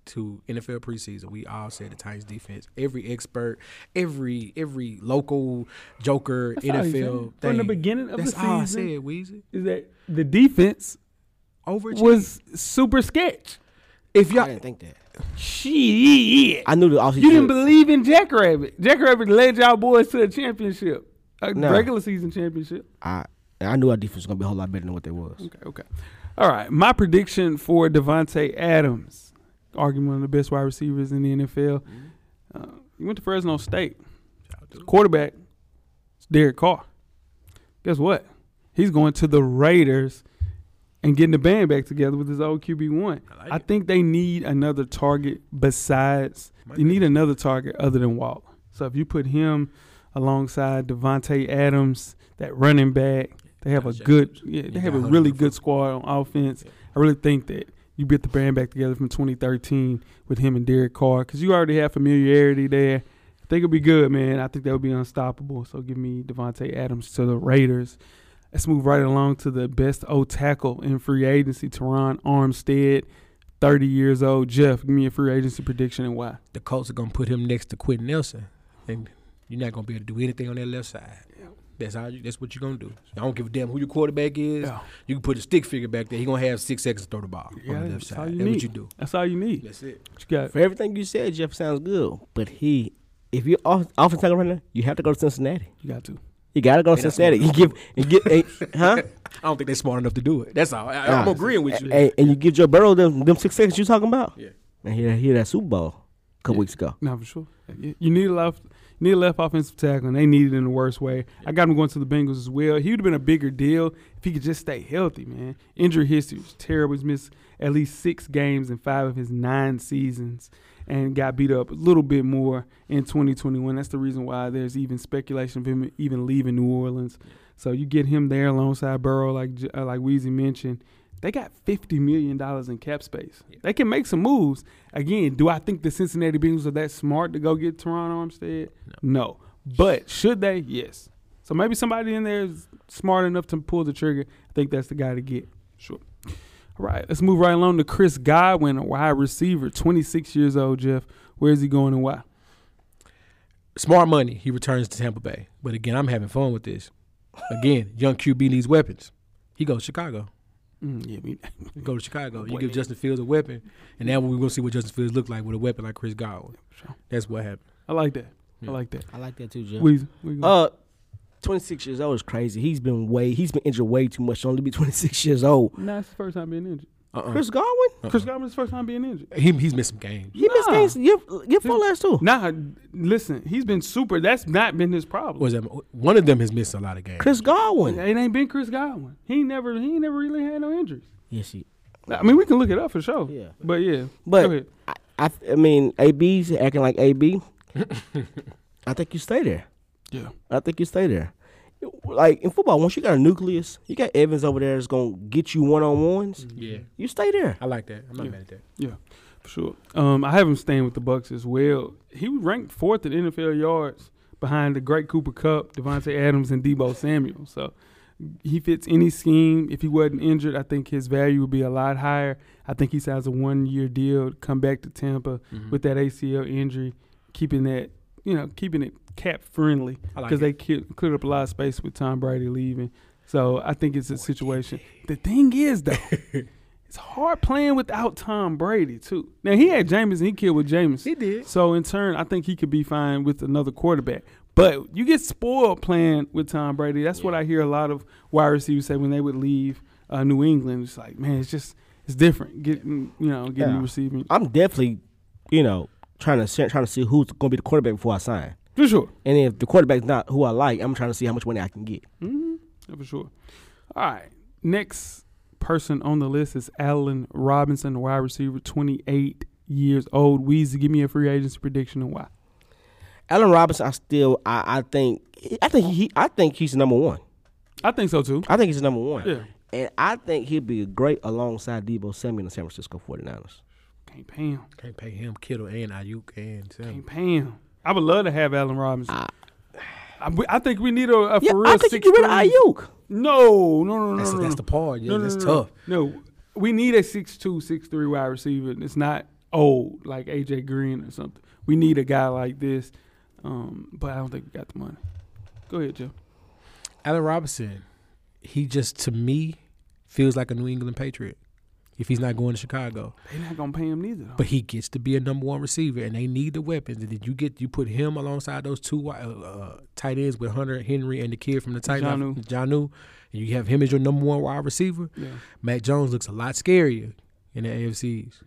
to NFL preseason, we all said the Titans defense. Every expert, every every local joker
That's all you
NFL
said. From the
thing,
beginning of the
that's all I
season.
said, Weezy.
Is that the defense
Overachieved.
was super sketch?
if
I
y'all
didn't think that.
Shit.
I knew the offseason.
You didn't believe in Jackrabbit. Jackrabbit led y'all boys to a championship, a
No.
regular season championship.
I I knew our defense was gonna be a whole lot better than what they was.
Okay, okay. All right. My prediction for Devontae Adams, arguing one of the best wide receivers in the NFL. Uh, he went to Fresno State. Quarterback, it's Derek Carr. Guess what? He's going to the Raiders and getting the band back together with his old QB one. I, think they need another target besides they need another target other than Waller. So if you put him alongside Devontae Adams, that running back, they have a good yeah, they have a really good squad on offense. I really think that you get the band back together from 2013 with him and Derek Carr because you already have familiarity there. I think it'll be good, man. I think they'll be unstoppable. So give me Devontae Adams to the Raiders. Let's move right along to the best O tackle in free agency, Teron Armstead, 30 years old. Jeff, give me a free agency prediction and why.
the Colts are gonna put him next to Quentin Nelson, and you're not gonna be able to do anything on that left side. That's how. You, that's what you're gonna do. I don't give a damn who your quarterback is.
Yeah.
You can put a stick figure back there. He gonna have six seconds to throw the ball on the left
that's all
side.
you
That's
need.
what you do.
That's all you need.
That's it.
What you got?
For everything you said, Jeff sounds good, but he, if you're off, off tackle right now, you have to go to Cincinnati.
You got to.
You gotta go to
They not
Cincinnati. You
smart
give and get, and, huh?
I don't think they're smart enough to do it. That's all. I, I'm
Nah.
agreeing with you.
And, and you give Joe Burrow them, them six seconds you talking about.
Yeah.
And he hear that Super Bowl a couple weeks ago.
No, for sure. You you need a left, you need a left offensive tackle, and they need it in the worst way. I got him going to the Bengals as well. He would have been a bigger deal if he could just stay healthy, man. Injury history was terrible. He's missed at least six games in five of his nine seasons, and got beat up a little bit more in 2021. That's the reason why there's even speculation of him even leaving New Orleans. So you get him there alongside Burrow, like J- uh, like Weezy mentioned. They got fifty million dollars in cap space. They can make some moves. Again, do I think the Cincinnati Bengals are that smart to go get Teron Armstead? No. But should they? Yes. So maybe somebody in there is smart enough to pull the trigger. I think that's the guy to get. Sure. All right, let's move right along to Chris Godwin, a wide receiver, 26 years old. Jeff, where is he going and why?
Smart money. He returns to Tampa Bay. But again, I'm having fun with this. Again, young QB needs weapons. He goes to Chicago.
Mm, yeah, we,
Go to Chicago. You give Justin Fields a weapon, and now we're gonna see what Justin Fields look like with a weapon like Chris Godwin. That's what happened.
I like that. I like that.
I like that too, Jim.
We, we gonna-
Uh, 26 years old is crazy. He's been way he's been injured way too much. Only to be 26 years old.
nah, it's the first time being injured.
Chris Godwin,
Chris Godwin's first time being injured.
He, he's missed some games.
he missed
Nah.
games. Give give four last two.
Nah, listen, he's been super. That's not been his problem.
Was that one of them has missed a lot of games?
Chris Godwin.
It ain't been Chris Godwin. He ain't never he ain't never really had no injuries.
Yes, he.
I mean, we can look it up for sure.
Yeah.
But yeah. Go
But
ahead.
I, I, I mean, AB's acting like AB. I think you stay there.
yeah.
I think you stay there. Like in football, once you got a nucleus, you got Evans over there that's gonna get you one on ones.
Mm-hmm.
Yeah,
You stay there.
I like that. I'm not mad at that.
Yeah, for sure. Um, I have him staying with the Bucks as well. He was ranked fourth in NFL yards behind the great Cooper Cup, Devontae Adams, and Debo Samuel. So he fits any scheme. If he wasn't injured, I think his value would be a lot higher. I think he signs a one-year deal to come back to Tampa
Mm-hmm.
with that ACL injury, keeping that you know keeping it cap friendly
I like
because they cleared, cleared up a lot of space with Tom Brady leaving. So I think it's a situation. The thing is though. It's hard playing without Tom Brady too. Now he had Jameis and he killed with Jameis. He
did.
So in turn, I think he could be fine with another quarterback. But you get spoiled playing with Tom Brady. That's what I hear a lot of wide receivers say when they would leave uh, New England. It's like, man, it's just it's different. Getting you know getting
Yeah.
receiving
I'm definitely, you know, trying to se- trying to see who's gonna be the quarterback before I sign.
for sure,
And if the quarterback's not who I like, I'm trying to see how much money I can get.
Mm-hmm. Yeah, for sure. All right, next person on the list is Allen Robinson, wide receiver, 28 years old. Weezy, give me a free agency prediction and why.
Allen Robinson, I still, I, I think, I think he, I think he's number one.
I think so too.
I think he's number one.
Yeah.
And I think he'd be great alongside Debo Samuel in the San Francisco 49ers.
Can't pay him.
Can't pay him Kittle and Ayuk and Sam.
Can't pay him. I would love to have Allen Robinson. I, we- I think we need a, a for
Ah. Yeah,
real
I think you
six
get rid of
three.
Ayuk.
No, no, no, no,
That's
no,
that's
no.
the part. Yeah,
No, no,
that's
no,
tough.
No. no, we need a six two, six three wide receiver. It's not old like AJ Green or something. We need a guy like this, um, but I don't think we got the money. Go ahead, Joe.
Allen Robinson, he just to me feels like a New England Patriot. If he's not going to Chicago,
They're not gonna pay him neither. Though.
but he gets to be a number one receiver, and they need the weapons. And then you get you put him alongside those two wi- uh, uh, tight ends with Hunter Henry and the kid from the tight
Jonnu.
Janu, and you have him as your number one wide receiver.
Yeah.
Mac Jones looks a lot scarier in the AFCs.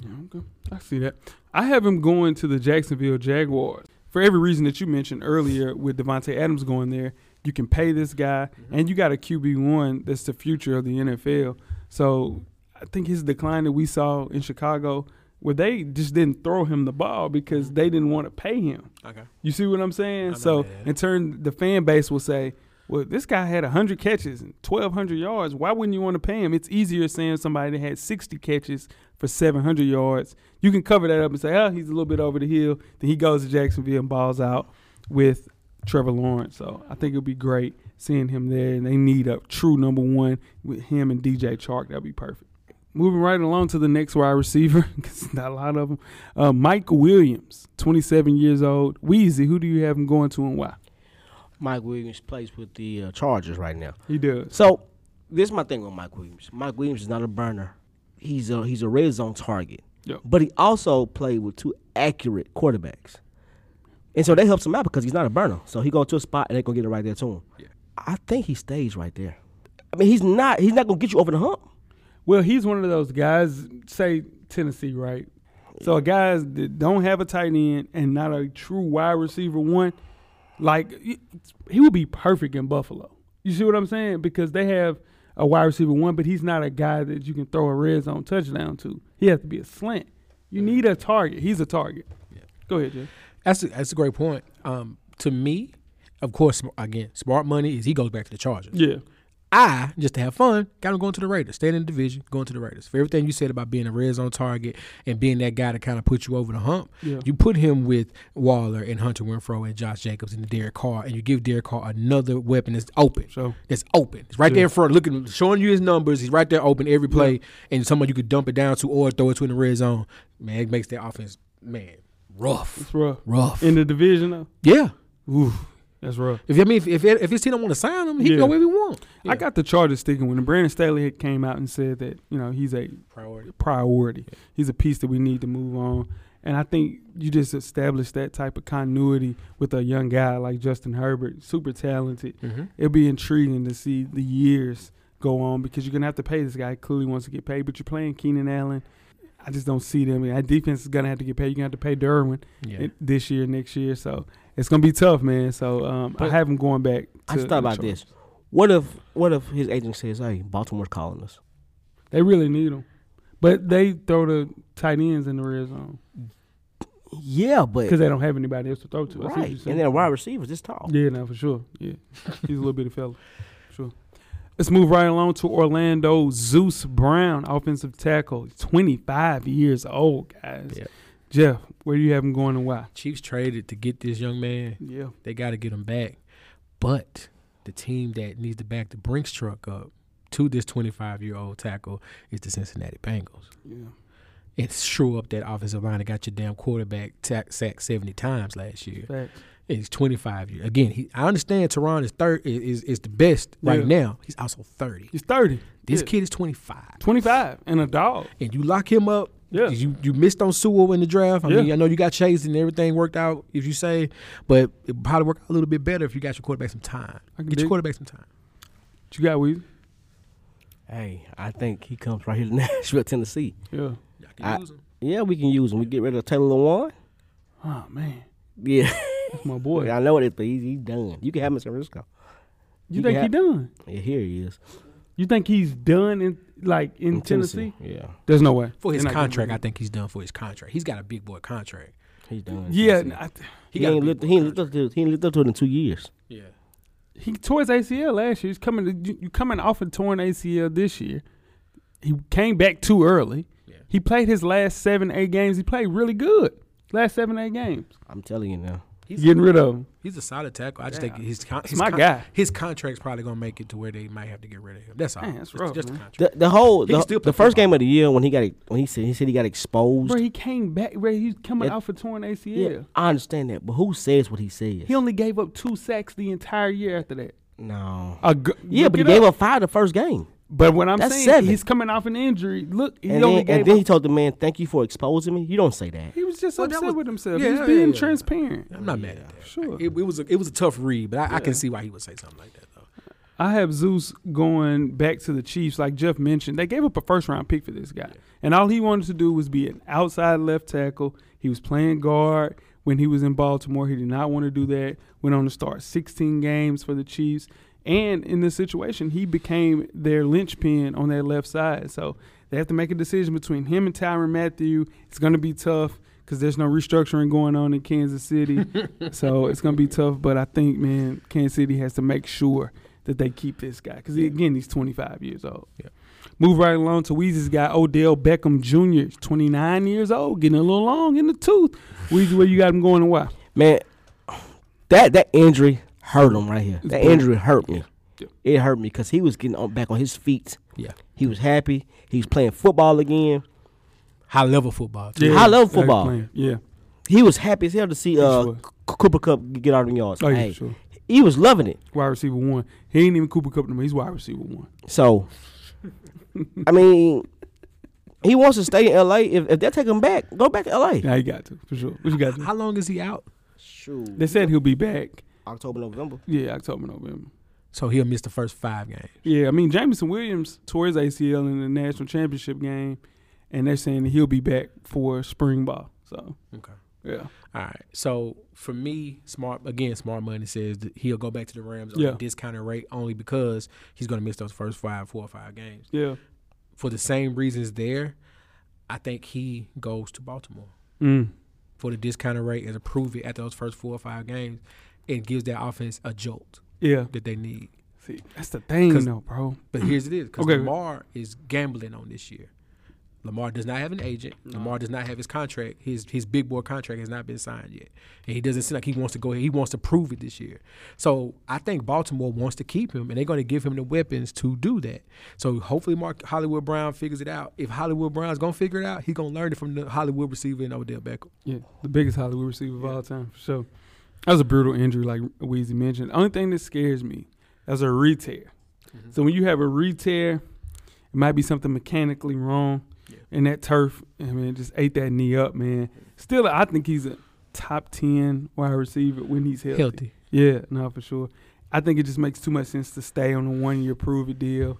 Yeah, okay. I see that. I have him going to the Jacksonville Jaguars for every reason that you mentioned earlier with Devontae Adams going there. You can pay this guy, and you got a QB1 that's the future of the NFL. So I think his decline that we saw in Chicago, where they just didn't throw him the ball because they didn't want to pay him.
Okay.
You see what I'm saying?
not
so
mad at it.
in turn, the fan base will say, "Well, this guy had 100 catches and 1,200 yards. Why wouldn't you want to pay him?" It's easier saying somebody that had 60 catches for 700 yards. You can cover that up and say, "Oh, he's a little bit over the hill." Then he goes to Jacksonville and balls out with Trevor Lawrence. So I think it'll be great seeing him there, and they need a true number one with him and DJ Chark. That'd be perfect. Moving right along to the next wide receiver, because not a lot of them. Uh, Mike Williams, 27 years old. Wheezy, who do you have him going to and why?
Mike Williams plays with the uh, Chargers right now.
He does.
So this is my thing with Mike Williams. Mike Williams is not a burner. He's a he's a red zone target.
Yep.
But he also played with two accurate quarterbacks. And so that helps him out because he's not a burner. So he go to a spot and they gonna get it right there to him. I think he stays right there. I mean he's not he's not gonna get you over the hump.
Well, he's one of those guys, say Tennessee, right? So guys that don't have a tight end and not a true wide receiver one, like he- he would be perfect in Buffalo. You see what I'm saying? Because they have a wide receiver one, but he's not a guy that you can throw a red zone touchdown to. He has to be a slant. You need a target. He's a target. Go ahead, Jay.
That's a, that's a great point. Um, to me, of course, sm- again, smart money is he goes back to the Chargers.
Yeah.
I just to have fun got him going to the Raiders, staying in the division, going to the Raiders. For everything you said about being a red zone target and being that guy to kind of put you over the hump,
Yeah.
you put him with Waller and Hunter Winfrow and Josh Jacobs and Derek Carr, and you give Derek Carr another weapon that's open.
So-
that's open. It's right there in front, looking, showing you his numbers. He's right there, open every play, and someone you could dump it down to or throw it to in the red zone. Man, it makes that offense man rough.
That's rough.
Rough.
In the division, though,
Yeah.
oof, that's rough.
If I mean, if if, if his team don't want to sign him, he
Yeah.
can go where he want.
I got the Chargers sticking with him. Brandon Staley had came out and said that you know he's a
priority.
priority. He's a piece that we need to move on. And I think you just establish that type of continuity with a young guy like Justin Herbert, super talented. It'll be intriguing to see the years go on because you're gonna have to pay this guy. He Clearly wants to get paid, but you're playing Keenan Allen. I just don't see them. That defense is gonna have to get paid. You're gonna have to pay Derwin
Yeah.
it- this year, next year. So it's gonna be tough, man. So um, I have him going back. To
I just thought
the
about
Chargers.
this. What if what if his agent says, "Hey, Baltimore's calling us."
They really need him, but they throw the tight ends in the red zone.
Yeah, but
Because they don't have anybody else to throw to. I see what
right,
you're saying.
and then wide receivers this tall.
yeah, no, for sure. Yeah, he's a little bitty fella. Sure. Let's move right along to Orlando Zeus Brown, offensive tackle, 25 years old, guys.
Yeah.
Jeff, where do you have him going and why?
Chiefs traded to get this young man.
Yeah,
They got to get him back. But the team that needs to back the Brinks truck up to this 25 year old tackle is the Cincinnati Bengals.
yeah,
It's true up that offensive line that got your damn quarterback ta- sacked 70 times last year.
facts.
He's 25 years. Again, he, I understand Teron is third is, is, is the best right
Yeah.
now. He's also 30.
He's 30.
This
Yeah.
kid is 25.
25 and a dog.
and you lock him up.
Yeah.
You you missed on Sewell in the draft. I mean,
Yeah.
I know you got Chase and everything worked out, if you say, but it probably worked out a little bit better if you got your quarterback some time.
I can
Get
dig it.
your quarterback some time.
What you got, Weezy?
Hey, I think he comes right here to Nashville, Tennessee.
Yeah.
Y'all
I-
can use him.
Yeah, we can use him. We get rid of Taylor Lewan.
Oh, man.
Yeah,
That's my boy.
I know it is, but he's, he's done. You can have him in San Francisco.
you
he
think he
got-
done?
Yeah, here he is
You think he's done in like in,
in
Tennessee?
Tennessee. Yeah,
There's no way.
For his
They're not gonna
contract,
do
I
it.
think he's done for his contract. He's got a big boy contract.
he's done. in
Yeah,
Tennessee.
I th-
he,
got a
ain't
big
lived.
boy
He ain't lived
contract.
up to. He ain't lived up to it in two years.
Yeah.
he tore his ACL last year. He's coming. You, you coming off a torn ACL this year. He came back too early.
Yeah.
He played his last seven, eight games. He played really good. Last seven, eight games.
I'm telling you now.
He's
Getting rid of him.
He's a solid tackle. I just think his con- his
my
con-
guy.
His contract's probably gonna make it to where they might have to get rid of him. That's all.
Man, that's
It's
rough,
just
man.
a contract.
The, the whole
He can
the,
still play
the first
football.
game of the year when he got when he said he said he got exposed.
Bro, he came back. Bro, he's coming
Yeah.
off a torn ACL.
yeah. I understand that, but who says what he says?
He only gave up two sacks the entire year after that.
no.
A g-
Yeah,
look
but he
it
gave
up.
up five the first game,
But what I'm
That's
saying,
seven.
he's coming off an injury. Look, he
and
only
then,
gave
and then
up.
he told the man, "Thank you for exposing me." You don't say that.
He was just
Well, that
upset
was-
with himself.
yeah,
he's
yeah,
being
yeah.
transparent.
I'm not mad at that.
sure.
It, it was a, it was a tough read, but I, I can see why he would say something like that though.
I have Zeus going back to the Chiefs, like Jeff mentioned. They gave up a first round pick for this guy, and all he wanted to do was be an outside left tackle. He was playing guard when he was in Baltimore. He did not want to do that. Went on to start 16 games for the Chiefs, and in this situation, he became their linchpin on that left side. So they have to make a decision between him and Tyron Matthew. It's going to be tough because there's no restructuring going on in Kansas City. so it's going to be tough. But I think, man, Kansas City has to make sure that they keep this guy because, again, he's 25 years old.
Yeah.
Move right along to Weezy's guy, Odell Beckham Jr., He's 29 years old, getting a little long in the tooth. Weezy, where you got him going and why?
Man, that that injury hurt him right here. That
brutal.
injury hurt me.
Yeah.
It hurt me because he was getting on, back on his feet.
Yeah.
He was happy. He was playing football again.
High level football. too.
I love
How he
football.
playing. Yeah.
He was happy as hell to see uh,
was.
C- Cooper Cup get out of the yards.
Oh, yeah,
Hey,
sure.
He was loving it.
Wide receiver one. He ain't even Cooper Cup no more. He's wide receiver one.
So, I mean, he wants to stay in L.A. If, if they take him back, go back to L.A.
Yeah, he got to, for sure. What you got? to?
How long is he out?
Shoot,
They said he'll be back.
October, November.
Yeah, October, November.
So he'll miss the first five games.
Yeah, I mean Jameson Williams tore his ACL in the national championship game, and they're saying that he'll be back for spring ball. So
Okay.
yeah,
All right. So for me, smart again, smart money says that he'll go back to the Rams on
Yeah.
a discounted rate only because he's going to miss those first five, four or five games
yeah,
for the same reasons. There, I think he goes to Baltimore
mm.
for the discounted rate and approve it at those first four or five games, and gives that offense a jolt
yeah.
that they need.
See, that's the thing
'Cause-
though, bro.
But here's it is because
Okay.
Lamar is gambling on this year. Lamar does not have an agent. Lamar does not have his contract. His his big boy contract has not been signed yet, and he doesn't seem like he wants to go. ahead. He wants to prove it this year. So I think Baltimore wants to keep him, and they're going to give him the weapons to do that. So hopefully, Mark Hollywood Brown figures it out. If Hollywood Brown's going to figure it out, he's going to learn it from the Hollywood receiver in Odell Beckham.
Yeah, the biggest Hollywood receiver of all time for sure. That was a brutal injury, like Weezy mentioned. The only thing that scares me is a re-tear. So when you have a re-tear, it might be something mechanically wrong, and that turf, I mean, it just ate that knee up, man. Still, I think he's a top ten wide receiver when he's healthy.
Healthy.
Yeah, no, for sure. I think it just makes too much sense to stay on a one-year prove-it deal,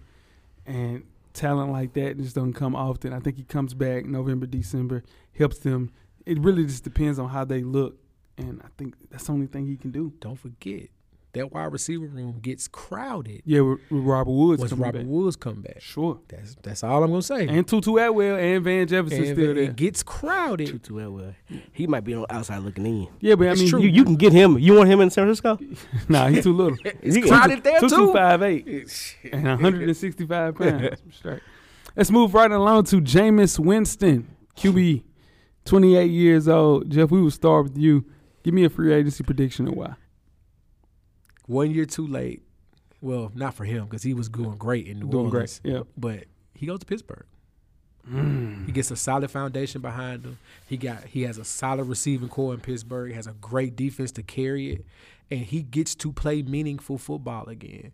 and talent like that just don't come often. I think he comes back November, December, helps them. It really just depends on how they look, and I think that's the only thing he can do.
Don't forget that wide receiver room gets crowded
Yeah, with, with Robert Woods.
once
coming
Robert
back.
Woods come back.
Sure.
That's that's all I'm going to say.
And Tutu Atwell and Van Jefferson
And
still
it
there.
gets crowded.
Tutu Atwell. He might be on the outside looking in.
Yeah, but I
It's
mean,
true.
You,
You, you can get him. You want him in San Francisco?
nah, he's too little.
It's
You can-
crowded there
Two
too.
two five eight and 165 pounds. Straight. Let's move right along to Jameis Winston, QB, 28 years old. Jeff, we will start with you. Give me a free agency prediction and why.
One year too late. Well, not for him because he was doing great in New
Doing great,
Orleans.
yeah. Mm.
But he goes to Pittsburgh. He gets a solid foundation behind him. He got he has a solid receiving core in Pittsburgh. He has a great defense to carry it, and he gets to play meaningful football again.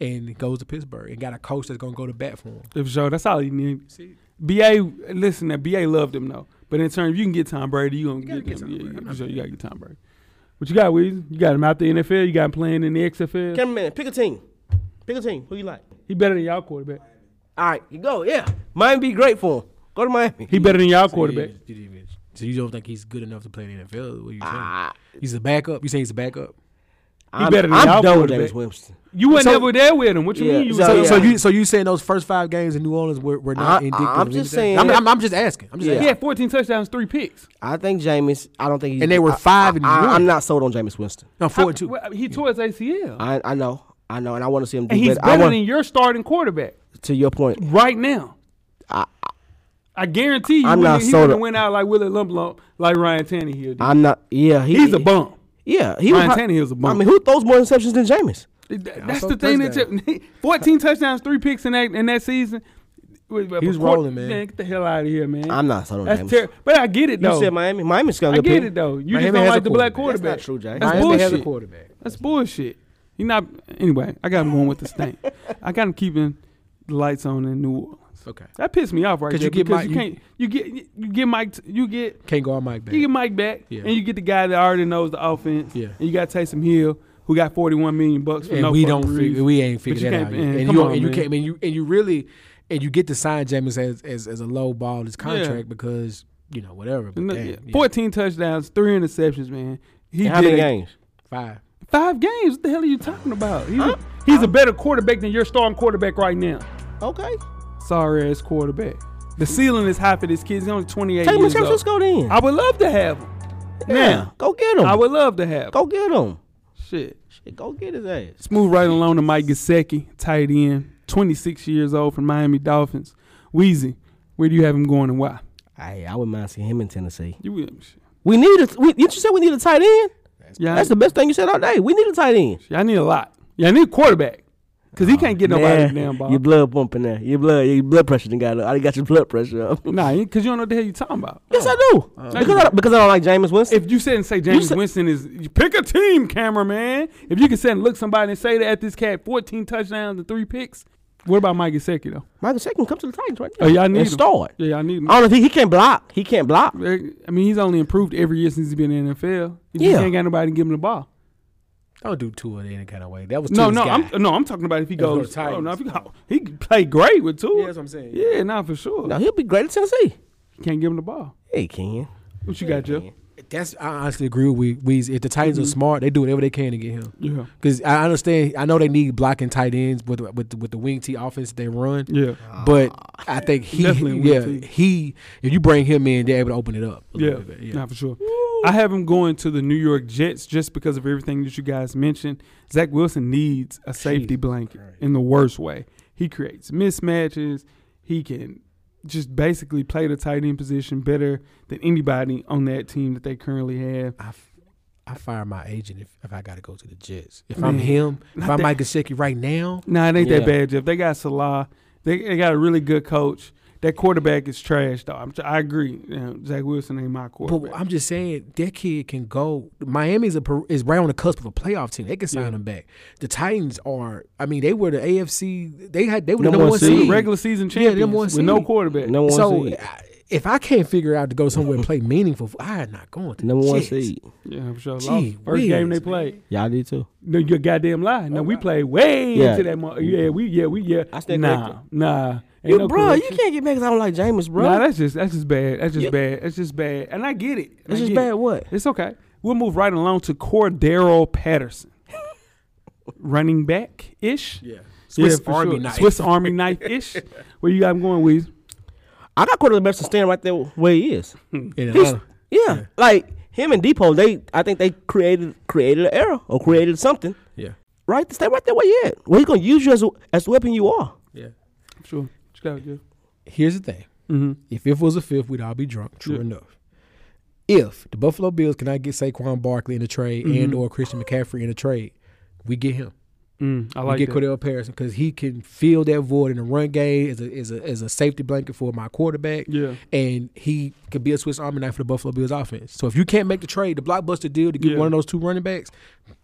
and goes to Pittsburgh and got a coach that's gonna go to bat for him.
If so, that's all he need. BA, listen, now, BA loved him, though. But in turn, if you can get Tom Brady, you going to
gotta
get,
get
him.
Tom Brady.
Yeah,
I'm
yeah,
not
for sure, you got to get Tom Brady. What you got, Weezy? You got him out the NFL? You got him playing in the XFL?
Cameraman, pick a team. Pick a team. Who you like?
He better than y'all quarterback.
All right, you go. Yeah, Miami be great for him. Go to Miami.
He better than y'all quarterback.
So you, you- so you don't think he's good enough to play in the NFL? What you saying?
Ah.
he's a backup. You saying he's a backup?
I'm,
better than
I'm
y'all
done with
quarterback.
James Winston.
You were
So-
never there with him. What you
Yeah,
mean? You
so-
was
So,
yeah.
so you so you saying those first five games in New Orleans were, were not
I-
indicative?
I'm
of
just
anything?
saying
I'm,
that-
I'm, I'm just asking. I'm just
Yeah.
asking.
He had 14 touchdowns, three picks.
I think Jameis. I don't think he's.
And they were
I-
five and
I,
one.
I'm not sold on Jameis Winston.
No, four and two.
Well, he tore his ACL.
I I know. I know, and I want to see him do
and he's
better. I
better
want,
than your starting quarterback
to your point.
right now. I, guarantee you,
I'm
Willie-
not
he
sold
would have
on-
went out like Willie Lumlow, like Ryan Tannehill did.
I'm not. Yeah, he,
he's a bum.
Yeah, he
Ryan
was. prob-
Tannehill's a bum.
I mean, who throws more interceptions than Jameis?
Th- That's
saw
the thing that
touchdown.
you, 14 touchdowns, three picks in that in that season. He
was rolling, man.
Get the hell out of here, man.
I'm not sold on
That's
Jameis.
terrible. But I get it
You
though.
said Miami. Miami's gonna
I
good
get
pick.
it though. You
Miami
just don't
has a
like the black
quarterback.
quarterback.
That's
That's
not true, Jay.
Miami has a
bullshit.
quarterback.
That's bullshit. He not anyway. I got him going with the stank. I got him keeping the lights on in New Orleans.
Okay.
That pissed me off right
'Cause
there
you get
because
Mike-
you can't you get you get Mike you get
Can't go on Mike back.
you get Mike back
Yeah.
and you get the guy that already knows the offense.
Yeah.
and you got Taysom Hill who got forty one million bucks for
and
no
we
fucking
don't figure,
reason.
we ain't
But you
figured that
can't-
out.
man,
Yet. And
come
you don't-
on,
and you
man.
can't and you and you really and you get to sign Jameis as as, as a low ball his contract because you know whatever. But
No,
damn,
yeah.
yeah.
Fourteen touchdowns, three interceptions, man. He
How many
did it-
games?
five.
Five games. What the hell are you talking about? He's, a, he's a better quarterback than your starting quarterback right now.
Okay.
Sorry ass quarterback. The ceiling is high for this kid. He's only twenty eight
Take him to
years
San
old.
Francisco then.
I would love to have him.
yeah.
Now,
Go get him.
I would love to have him.
Go get him.
Shit.
Shit, go get his ass.
Let's move right along to Mike Gesicki, tight end, 26 years old from Miami Dolphins. Wheezy, where do you have him going and why?
Hey, I wouldn't mind seeing him in Tennessee.
You with him? Shit.
We need a. We, you said we need a tight end.
Y'all,
That's the best thing you said all day. We need a tight end.
y'all need a lot. Y'all need a quarterback because he can't get nobody
Man,
the damn ball.
Your blood pumping there. Your blood. Your blood pressure done got up. I done got your blood pressure up.
nah, because you don't know what the hell you talking about.
yes, I do. because I don't, because I don't like Jameis Winston.
If you sit and say James
said-
Winston is, you pick a team, cameraman. If you can sit and look somebody and say that at this cat, 14 touchdowns and three picks. What about Mike Gesicki, though?
Michael Shea can come to the Titans right now.
Oh, y'all need him.
and start.
Yeah, y'all need him.
I don't know. if He, he can't block. He can't block.
I mean, he's only improved every year since he's been in the NFL. He just
Yeah.
can't got nobody to give him the ball.
Don't do two in any kind of way. That was
No,
Tua's
no,
guy.
I'm no, I'm talking about if he
go to
goes.
Titans.
oh, no, if he, go, he could play great with two.
Yeah, that's what I'm saying.
Yeah, nah, for sure.
No, he'll be great at Tennessee.
Can't give him the ball.
Yeah, He can.
What you got, Jeff?
That's I honestly agree with Weez. If the Titans
Mm-hmm.
are smart, they do whatever they can to get him.
Yeah.
Because I understand, I know they need blocking tight ends with with with the wing T offense they run.
Yeah.
But I think he,
Definitely wing
yeah,
tee.
he. If you bring him in, they're able to open it up. a
Yeah,
little bit,
nah, for sure. I have him going to the New York Jets just because of everything that you guys mentioned. Zach Wilson needs a safety blanket in the worst way. He creates mismatches. He can just basically play the tight end position better than anybody on that team that they currently have.
I, f- I fire my agent if, if I got to go to the Jets. If I'm him, if I'm Mike Gesicki right now,
Nah, it ain't that
Yeah.
bad, Jeff. They got Salah. They, they got a really good coach. That quarterback is trash, though. I'm, I agree. You know, Zach Wilson ain't my
but
quarterback.
I'm just saying that kid can go. Miami's a per- is right on the cusp of a playoff team. They can sign him back. The Titans are. I mean, they were the AFC. They had they were the
Number
number
one
one
seed.
seed.
Regular season
Yeah, them
champions
one
with no
seed.
quarterback.
Number one
so
seed.
I, if I can't figure out to go somewhere and play meaningful, I'm not going to
Number
the
one
Jets.
seed.
Yeah, I'm sure.
Gee
Lost. First
whiz,
game they
man.
played.
Y'all did too.
No, you're goddamn lying. No, we played way
Yeah.
into that. Mo- yeah, we, yeah, we, yeah.
I stand
nah,
corrected.
nah. Ain't
You,
no
bro, you
correction.
can't get mad because I don't like Jameis, bro.
Nah, that's just that's just bad. That's just bad. That's just bad. And I get it. I
it's just
get
bad.
it.
What?
It's okay. We'll move right along to Cordero Patterson, running back ish.
Yeah. Swiss Army knife.
Swiss Army knife ish. Where you got him going, Weez?
I got quarterback Benson standing right there where he is.
In
He's-
Atlanta.
yeah, like him and Depot, they I think they created created an error or created something.
Yeah.
Right, stay right there where you at. Well, he's gonna use you as a, as the weapon you are.
Yeah.
Sure. Check out, Jeff.
Here's the thing.
Mm-hmm.
Mhm.
If it was a fifth, we'd all be drunk. True enough. If the Buffalo Bills cannot get Saquon Barkley in a trade
Mm-hmm.
and or Christian McCaffrey in a trade, we get him.
Mm, I
We
like
get
that.
Cordell Patterson because he can fill that void in the run game as a, as a as a safety blanket for my quarterback.
Yeah.
and he could be a Swiss Army knife for the Buffalo Bills offense. So if you can't make the trade, the blockbuster deal to get
Yeah.
one of those two running backs,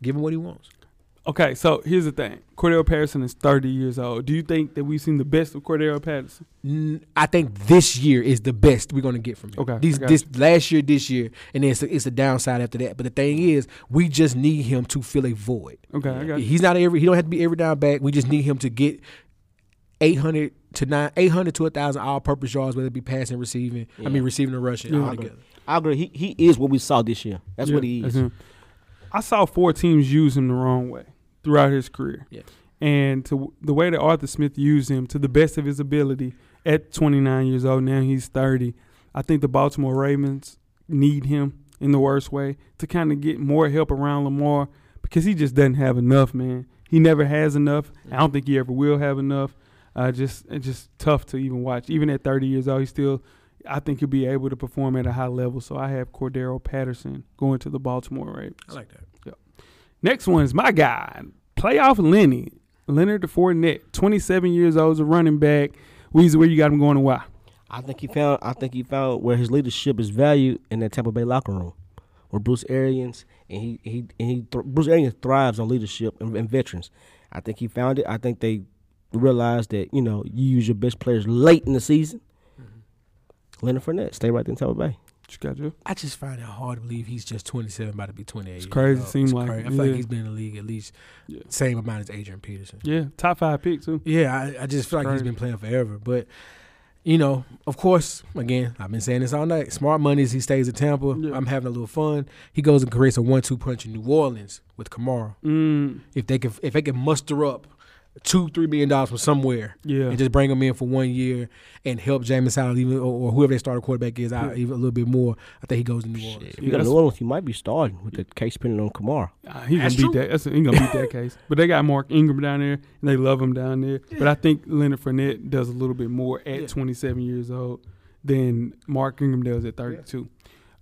give him what he wants.
Okay, so here's the thing. Cordell Patterson is 30 years old. Do you think that we've seen the best of Cordell Patterson?
N- I think this year is the best we're going to get from him.
Okay, I
These,
got
this last year, this year, and then it's a, it's a downside after that. But the thing is, we just need him to fill a void.
Okay, I got you.
He's not every. He don't have to be every down back. We just need him to get eight hundred to nine, eight hundred to thousand all-purpose yards, whether it be passing, receiving. I mean, receiving or rushing
Yeah.
altogether.
I agree. He he is what we saw this year. That's
Yeah,
what he is.
that's him. I saw four teams use him the wrong way throughout his career.
Yeah.
And to the way that Arthur Smith used him to the best of his ability at 29 years old, now he's 30. I think the Baltimore Ravens need him in the worst way to kind of get more help around Lamar because he just doesn't have enough, man. He never has enough. I don't think he ever will have enough. Uh, just it's just tough to even watch. Even at 30 years old, he still I think he'll be able to perform at a high level. So I have Cordero Patterson going to the Baltimore Ravens.
I like that.
Next one is my guy, playoff Lenny, Leonard Fournette, 27 years old, is a running back. Weezy, where you got him going and why?
I think he found. I think he found where his leadership is valued in that Tampa Bay locker room, where Bruce Arians and he he and he thr Bruce Arians thrives on leadership and, and veterans. I think he found it. I think they realized that you know you use your best players late in the season. Leonard Fournette, stay right there in Tampa Bay.
What you got, Jeff?
I just find it hard to believe he's just 27, about to be 28. It's
crazy, seem like
I
it,
feel like
yeah.
he's been in the league at least
Yeah.
same amount as Adrian Peterson.
Yeah, top five pick, too.
Yeah, I, I just feel like he's
Crazy.
been playing forever. But you know, of course, again, I've been saying this all night. Smart money is he stays at Tampa.
Yeah.
I'm having a little fun. He goes and creates a one-two punch in New Orleans with Kamara.
Mm,
If they can, if they can muster up two, three million dollars from somewhere,
yeah.
and just bring him in for one year and help Jameis out even or, or whoever their starter quarterback is out even a little bit more. I think he goes to New Orleans.
If you got
that's-
New Orleans, he might be starting with the case pending on Kamara.
Ah, he's gonna
That's
beat
true.
that. That's, he's gonna beat that case. But they got Mark Ingram down there, and they love him down there. But I think Leonard Fournette does a little bit more at
Yeah.
27 years old than Mark Ingram does at 32.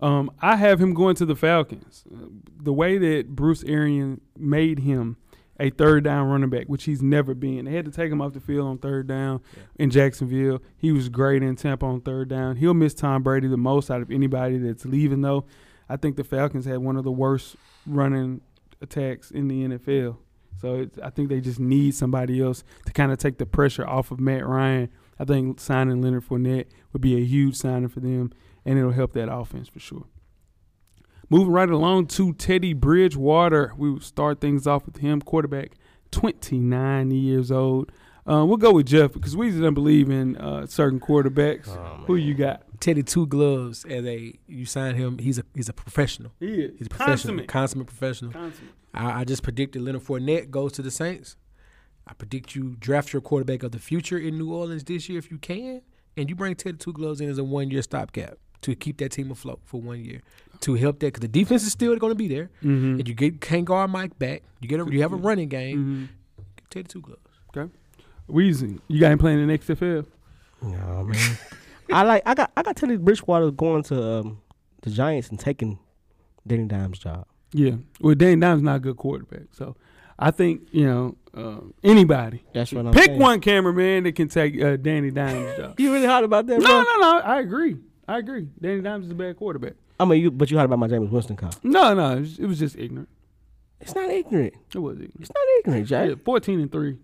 Um, I have him going to the Falcons. Uh, The way that Bruce Arian made him a third down running back, which he's never been. They had to take him off the field on third down in Jacksonville. He was great in Tampa on third down. He'll miss Tom Brady the most out of anybody that's leaving, though. I think the Falcons had one of the worst running attacks in the NFL. So it's, I think they just need somebody else to kind of take the pressure off of Matt Ryan. I think signing Leonard Fournette would be a huge signing for them, and it'll help that offense for sure. Moving right along to Teddy Bridgewater, we will start things off with him, quarterback, 29 years old. Uh, we'll go with Jeff because we don't believe in uh, certain quarterbacks.
Oh,
Who you got?
Teddy Two Gloves as a you sign him. He's a he's a professional.
He is
He's a professional,
consummate.
consummate, professional.
Consummate.
I, I just predicted Leonard Fournette goes to the Saints. I predict you draft your quarterback of the future in New Orleans this year if you can, and you bring Teddy Two Gloves in as a one year stopgap to keep that team afloat for one year to help that because the defense is still going to be there,
Mhm.
and you get can't guard Mike back. You get a, you have a running game.
Mhm.
Teddy Two Gloves.
Weezy, you got him playing in the XFL.
No man, I like. I got. I got Teddy Bridgewater going to um, the Giants and taking Danny Dimes' job.
Yeah. Well, Danny Dimes not a good quarterback, so I think you know um, anybody.
That's what I'm
Pick
saying.
one cameraman that can take uh, Danny Dimes' job.
You really hot about that,
No, no, no. I agree. I agree. Danny Dimes is a bad quarterback.
I mean, you. But you hot about my James Winston call.
No, no. It was, it was just ignorant.
It's not ignorant.
It was ignorant.
It's not ignorant, Jay.
Yeah, fourteen and three.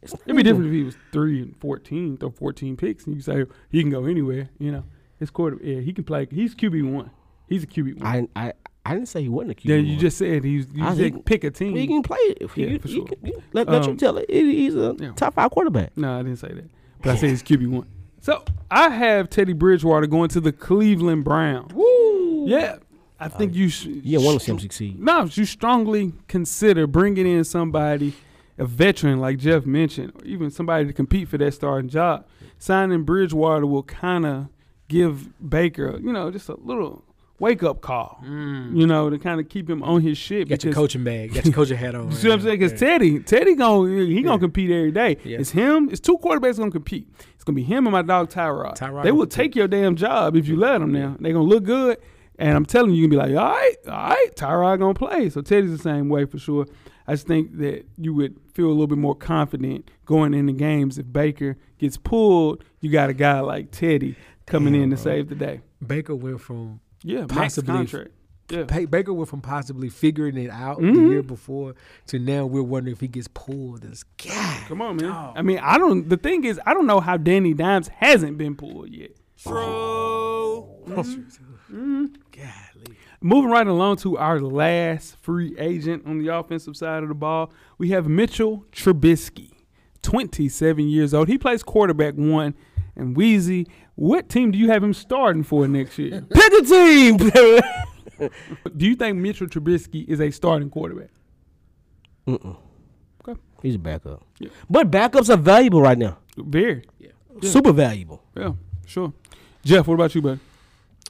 It's not
It'd be different
ignorant.
if he was three and fourteen, throw fourteen picks, and you say he can go anywhere. You know, his quarter. Yeah, he can play. He's QB one. He's a QB one.
I. I. I didn't say he wasn't a QB.
Yeah, you
one.
just said he's. You
I
said
think-
pick a
He
team.
can play it. If
Yeah,
you,
for
you
sure.
can- you- let, let
Um,
you tell it. He- He's a
yeah.
top five quarterback.
No, I didn't say that. But I said he's QB one. So I have Teddy Bridgewater going to the Cleveland Browns. Woo! Yeah, I think you. Sh-
Yeah, one of them succeed.
No, you strongly consider bringing in somebody, a veteran like Jeff mentioned, or even somebody to compete for that starting job. Signing Bridgewater will kind of give Baker, you know, just a little wake up call, you know, to kind of keep him on his shit.
Got your coaching bag. Got your coaching hat on.
You see what I'm saying? Because Teddy, Teddy going he gonna compete every day.
Yeah.
It's him. It's two quarterbacks gonna compete. It's gonna be him and my dog Tyrod.
Tyrod
They
will
will take your damn job if you let them. Now they gonna look good, and I'm telling you, you gonna be like, all right, all right, Tyrod gonna play. So Teddy's the same way for sure. I just think that you would feel a little bit more confident going into games if Baker gets pulled. You got a guy like Teddy coming in to save the day.
Baker went from
Yeah,
Possibly.
max contract. Yeah. Mm-hmm.
Pa- Baker went from possibly figuring it out the year before to now we're wondering if he gets pulled. This guy.
Come on, man. I mean, I don't. The thing is, I don't know how Danny Dimes hasn't been pulled yet.
Golly.
Moving right along to our last free agent on the offensive side of the ball, we have Mitchell Trubisky, 27 years old. He plays quarterback one. And Wheezy, what team do you have him starting for next year?
Pick a team.
do you think Mitchell Trubisky is a starting quarterback?
he's a backup.
Yeah.
But backups are valuable right now.
Very.
Super valuable.
Yeah, sure. Jeff, what about you, bud?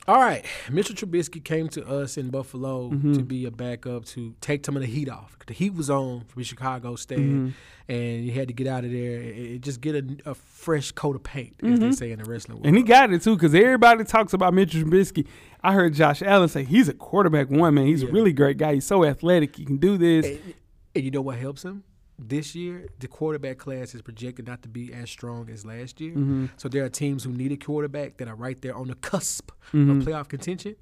All right, Mitchell Trubisky came to us in Buffalo
Mm-hmm.
to be a backup to take some of the heat off. The heat was on from the Chicago stand,
Mm-hmm.
and you had to get out of there and- and just get a, a fresh coat of paint, as they say in the wrestling world.
Mm-hmm. And he got it too, because everybody talks about Mitchell Trubisky. I heard Josh Allen say he's a quarterback one man. He's a really great guy. He's so athletic. He can do this.
And, and you know what helps him? This year, the quarterback class is projected not to be as strong as last year.
Mm-hmm.
So there are teams who need a quarterback that are right there on the cusp
Mm-hmm.
of playoff contention.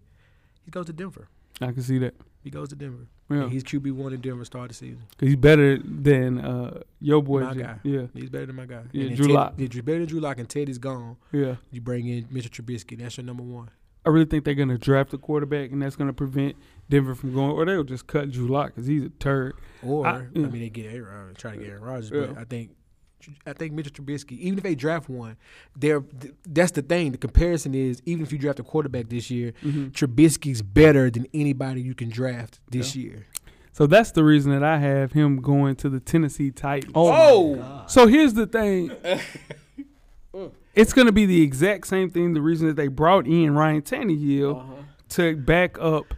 He goes to Denver.
I can see that.
He goes to Denver.
Yeah.
And he's QB one in Denver. Start the season.
Cause he's better than uh, your boy.
My
J-
guy.
Yeah,
He's better than my guy.
Yeah,
And then
Drew
Ted-
Lock.
yeah, Drew- better than Drew Lock and Teddy's gone.
yeah.
You bring in Mitchell Trubisky. That's your number one.
I really think they're gonna draft a quarterback, and that's gonna prevent Denver from going, or they'll just cut Drew Lock because he's a turd.
Or
I-
I,
yeah.
mean, they get Aaron Rodgers, try to get Aaron Rodgers, but
Yeah.
I think I think Mitchell Trubisky, even if they draft one, they're th- that's the thing. The comparison is even if you draft a quarterback this year,
Mm-hmm.
Trubisky's better than anybody you can draft this year.
So that's the reason that I have him going to the Tennessee Titans.
Oh,
So here's the thing. it's going to be the exact same thing. The reason that they brought in Ryan Tannehill to back up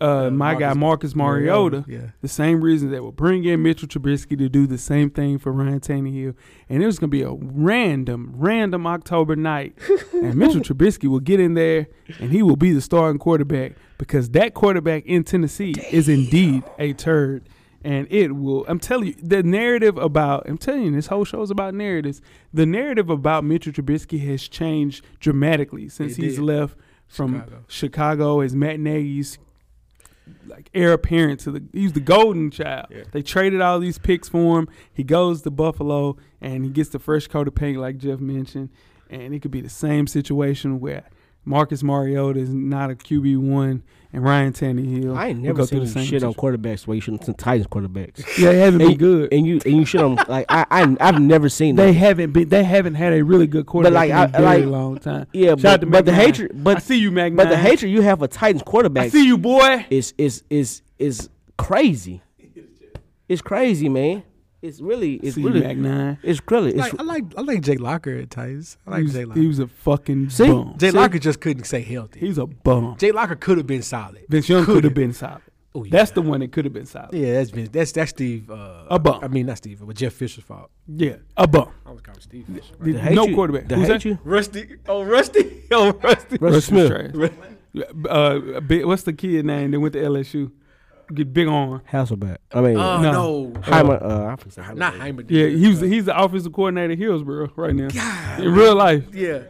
uh, my guy Marcus Mariota.
Mariota, yeah.
The same reason that will bring in Mitchell Trubisky to do the same thing for Ryan Tannehill. And it was going to be a random, random October night. and Mitchell Trubisky will get in there and he will be the starting quarterback because that quarterback in Tennessee is indeed a turd and it will. I'm telling you, the narrative about I'm telling you, this whole show is about narratives. The narrative about Mitchell Trubisky has changed dramatically since
It
he's
did.
left from Chicago.
Chicago.
as Matt Nagy's like heir apparent to the. He's the golden child. They traded all these picks for him. He goes to Buffalo and he gets the fresh coat of paint, like Jeff mentioned, and it could be the same situation where. Marcus Mariota is not a QB one, and Ryan Tannehill.
I ain't
will
never
go through
seen you
the same
shit on
situation.
quarterbacks where you shouldn't some Titans quarterbacks.
Yeah, it haven't
and
been good.
And you and you shit on like I, I I've never seen
They
that.
haven't been. They haven't had a really good quarterback
like,
in
I-
a very
like-
long time.
Yeah,
Shout out
but,
to
but the
Mac Nine.
hatred but
I see you, Mac.
But the
Nine.
hatred you have for Titans
I
quarterbacks
see you, boy.
is is is is crazy. It's crazy, man. It's really it's
See
really
you, Mac Nine.
it's really it's,
like, I like I like Jay Locker at Titans. I
He
like
was,
Jay
he
Locker.
was a fucking
See?
bum.
Jay Locker just couldn't stay healthy.
He's a bum.
Jay Locker could have been solid.
Vince Young could have been solid.
Oh, yeah.
That's the one that could have been solid.
yeah, that's Vince. That's that's Steve. Uh,
A bum.
I mean, not Steve, but Jeff Fisher's fault.
Yeah, a bum.
I was calling Steve Fisher.
The hate
no
you-
quarterback.
the
Who's
hate
that?
you?
Rusty. Oh, Rusty. Oh, Rusty.
Russ
Russ was
Smith.
trash. Uh, big- what's the kid name that went to LSU? Get big on.
Hasselback. I mean,
Oh
uh,
no.
Heimer. Uh, I forget.
Uh, Not Heimer.
Yeah, he was. He's the offensive coordinator at Hillsboro right now. In real life,
Yeah.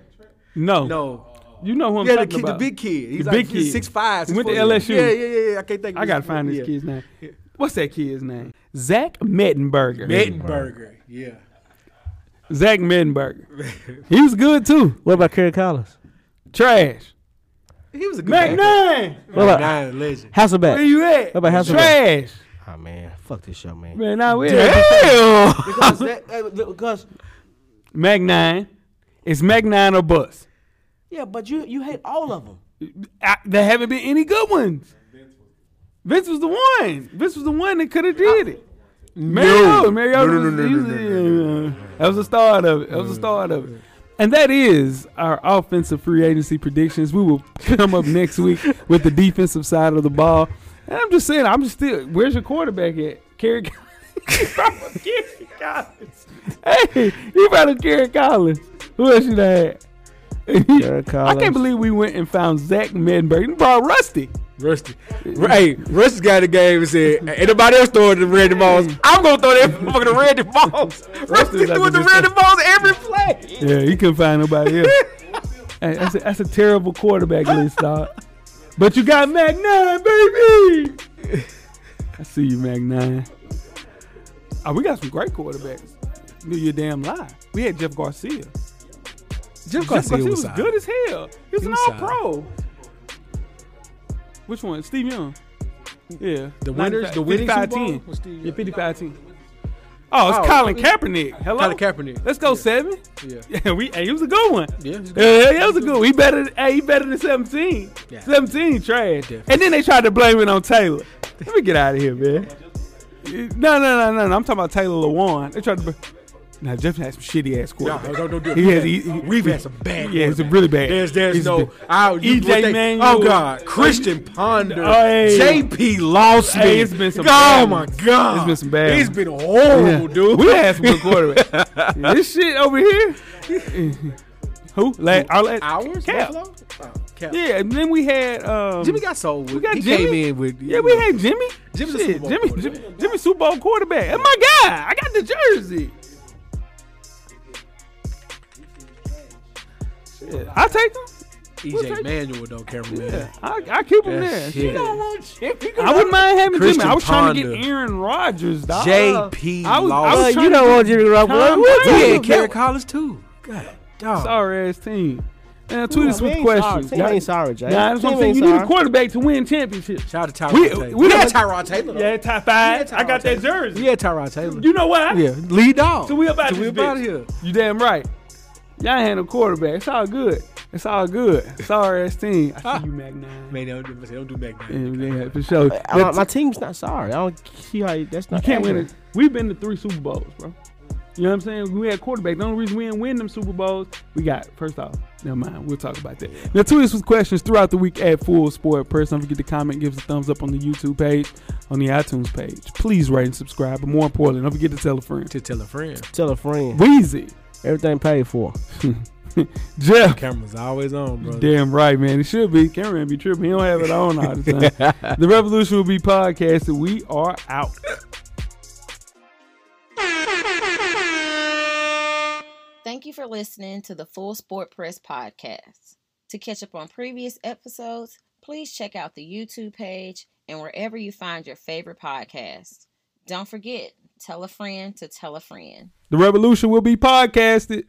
no,
No.
You know who I'm
Yeah, the
talking
kid, the
about.
big kid. He's
The
like
big kid.
six five.
He went to LSU.
Yeah, yeah, yeah, yeah. I can't think. of
I
his-
gotta find this
yeah.
kid's name. What's that kid's name? Zach Mettenberger.
Mettenberger. Yeah.
Zach Mettenberger. he was good too.
What about Kerry Collins?
Trash.
He was a good
Mac
backup.
nine.
What about
Nine legend.
Where
Hasselback?
you at?
How about Hasselbeck?
Trash.
Oh man, fuck this show, man.
Man, now we
Because that, uh, because
Mac nine. It's Mac nine or bus.
yeah, but you you hate all of them.
I, there haven't been any good ones. Vince was the one. Vince was the one that could have did it. Mariota, Mariota
No, no,
was
no, no, no,
usually- that was the start of it. That was the start of it. And that is our offensive free agency predictions. We will come up next week with the defensive side of the ball. And I'm just saying, I'm just still. Where's your quarterback at? Kerry Collins. Kerry Collins. Hey, you brought up Kerry Collins. Who else you had?
Kerry
I
Collins.
can't believe we went and found Zach Medberg and brought Rusty.
Rusty. Hey, Rusty's got the game and said, "Ain't nobody else throwing the Randy balls. I'm gonna throw that motherfucker the Randy balls." Rusty
like
throwing
the
the Randy balls every play.
Yeah, he couldn't find nobody else. Hey, that's, a, that's a terrible quarterback list, dog. But you got Mac 9, baby. I see you, Mac 9. Oh, we got some great quarterbacks. Knew your damn lie. We had Jeff Garcia.
Jeff
Jeff Garcia was good as hell. He was
He
an
was
all
solid.
pro. Which one? Steve Young. Yeah.
The winners, the winning Super Bowl
55-10.
was Steve Young.
Yeah, 55 10. Oh, it's
Oh,
Colin Kaepernick. Hello.
Colin Kaepernick.
Let's go seven.
Yeah.
Yeah, we. Hey, it was a good one.
Yeah, it was a good
yeah, yeah, it was a good. One. He better. Hey, he better than seventeen.
Yeah.
Seventeen trash.
Definitely.
And then they tried to blame it on Taylor. Let me get out of here, man. No, no, no, no, no. I'm talking about Taylor Lewan. They tried to. Now Jeff had some shitty ass
No,
quarterbacks.
no, no, no.
He has. He, he,
We've had some bad
Yeah, it's
quarterbacks.
really bad.
There's, there's
It's
no.
bad.
I,
EJ E Manuel.
Oh God, Christian Ponder,
Oh, hey.
JP Lawson.
Hey, it's been some
Oh
bad
my
ones.
God,
It's been some bad
It's
ones.
been horrible,
Yeah.
dude.
We had some good quarterbacks. Yeah, this shit over here. Who? Like, our last
Ours,
Cap.
Buffalo? Oh, Cap.
Yeah, and then we had um,
Jimmy got sold. With,
We got
he
Jimmy.
came in with E
yeah, we had Jimmy.
Jimmy's a
Shit,
Super Bowl
Jimmy,
quarterback.
Jimmy, Jimmy, Super Bowl quarterback. And my guy, I got the jersey. Yeah, I take him.
EJ Manuel though, Cameron. Yeah.
I, I keep him there.
That's
Shit.
it.
I wouldn't mind having
Christian
Jimmy. I was trying to
Ponder.
get Aaron Rodgers. Dog.
JP
I was, I
Lawson.
was
Uh,
trying
you
to
don't
get
want Jimmy Garoppolo.
Tom
What?
Brady.
He
Yeah,
had
that
Kerry
was-
Collins too. God, dog.
sorry ass team. And tweet us
we
with
ain't sorry.
questions.
Team ain't sorry, Jay.
Nah, that's what
Team
I'm saying.
ain't
You need a
sorry.
quarterback to win championships.
Shout out to Tyrod
We-
Taylor.
we
had
don't-
Tyrod Taylor.
Yeah, top five.
Yeah,
I got that
Tyrod
jersey.
we had Tyrod Taylor.
You know why?
yeah, lead dog.
So we about
so
this
we about
bitch.
here.
You damn right. Y'all ain't had no quarterback. It's all good. It's all good. Sorry ass team. I see you, Mac Nine.
Man, don't do, don't do Mac Brown.
And yeah, for sure.
I- my,
That-
team's not sorry. I don't see how you- that's
you
not.
can't win
accurate.
it. We've been to three Super Bowls, bro. You know what I'm saying? We had quarterback. The only reason we didn't win them Super Bowls, we got first off. Never mind. We'll talk about that. Now, tweet us with questions throughout the week at Full Sport Press. Don't forget to comment, give us a thumbs up on the YouTube page, on the iTunes page. Please rate and subscribe. But more importantly, don't forget to tell a friend.
To tell a friend.
Tell a friend.
Wheezy,
Everything paid for.
Jeff,
Camera's always on, bro.
Damn right, man. It should be. Cameron be tripping. He don't have it on all the time. the Revolution will be podcasted. We are out.
Thank you for listening to the Full Sport Press podcast. To catch up on previous episodes, please check out the YouTube page and wherever you find your favorite podcast. Don't forget, tell a friend to tell a friend.
The Revolution will be podcasted.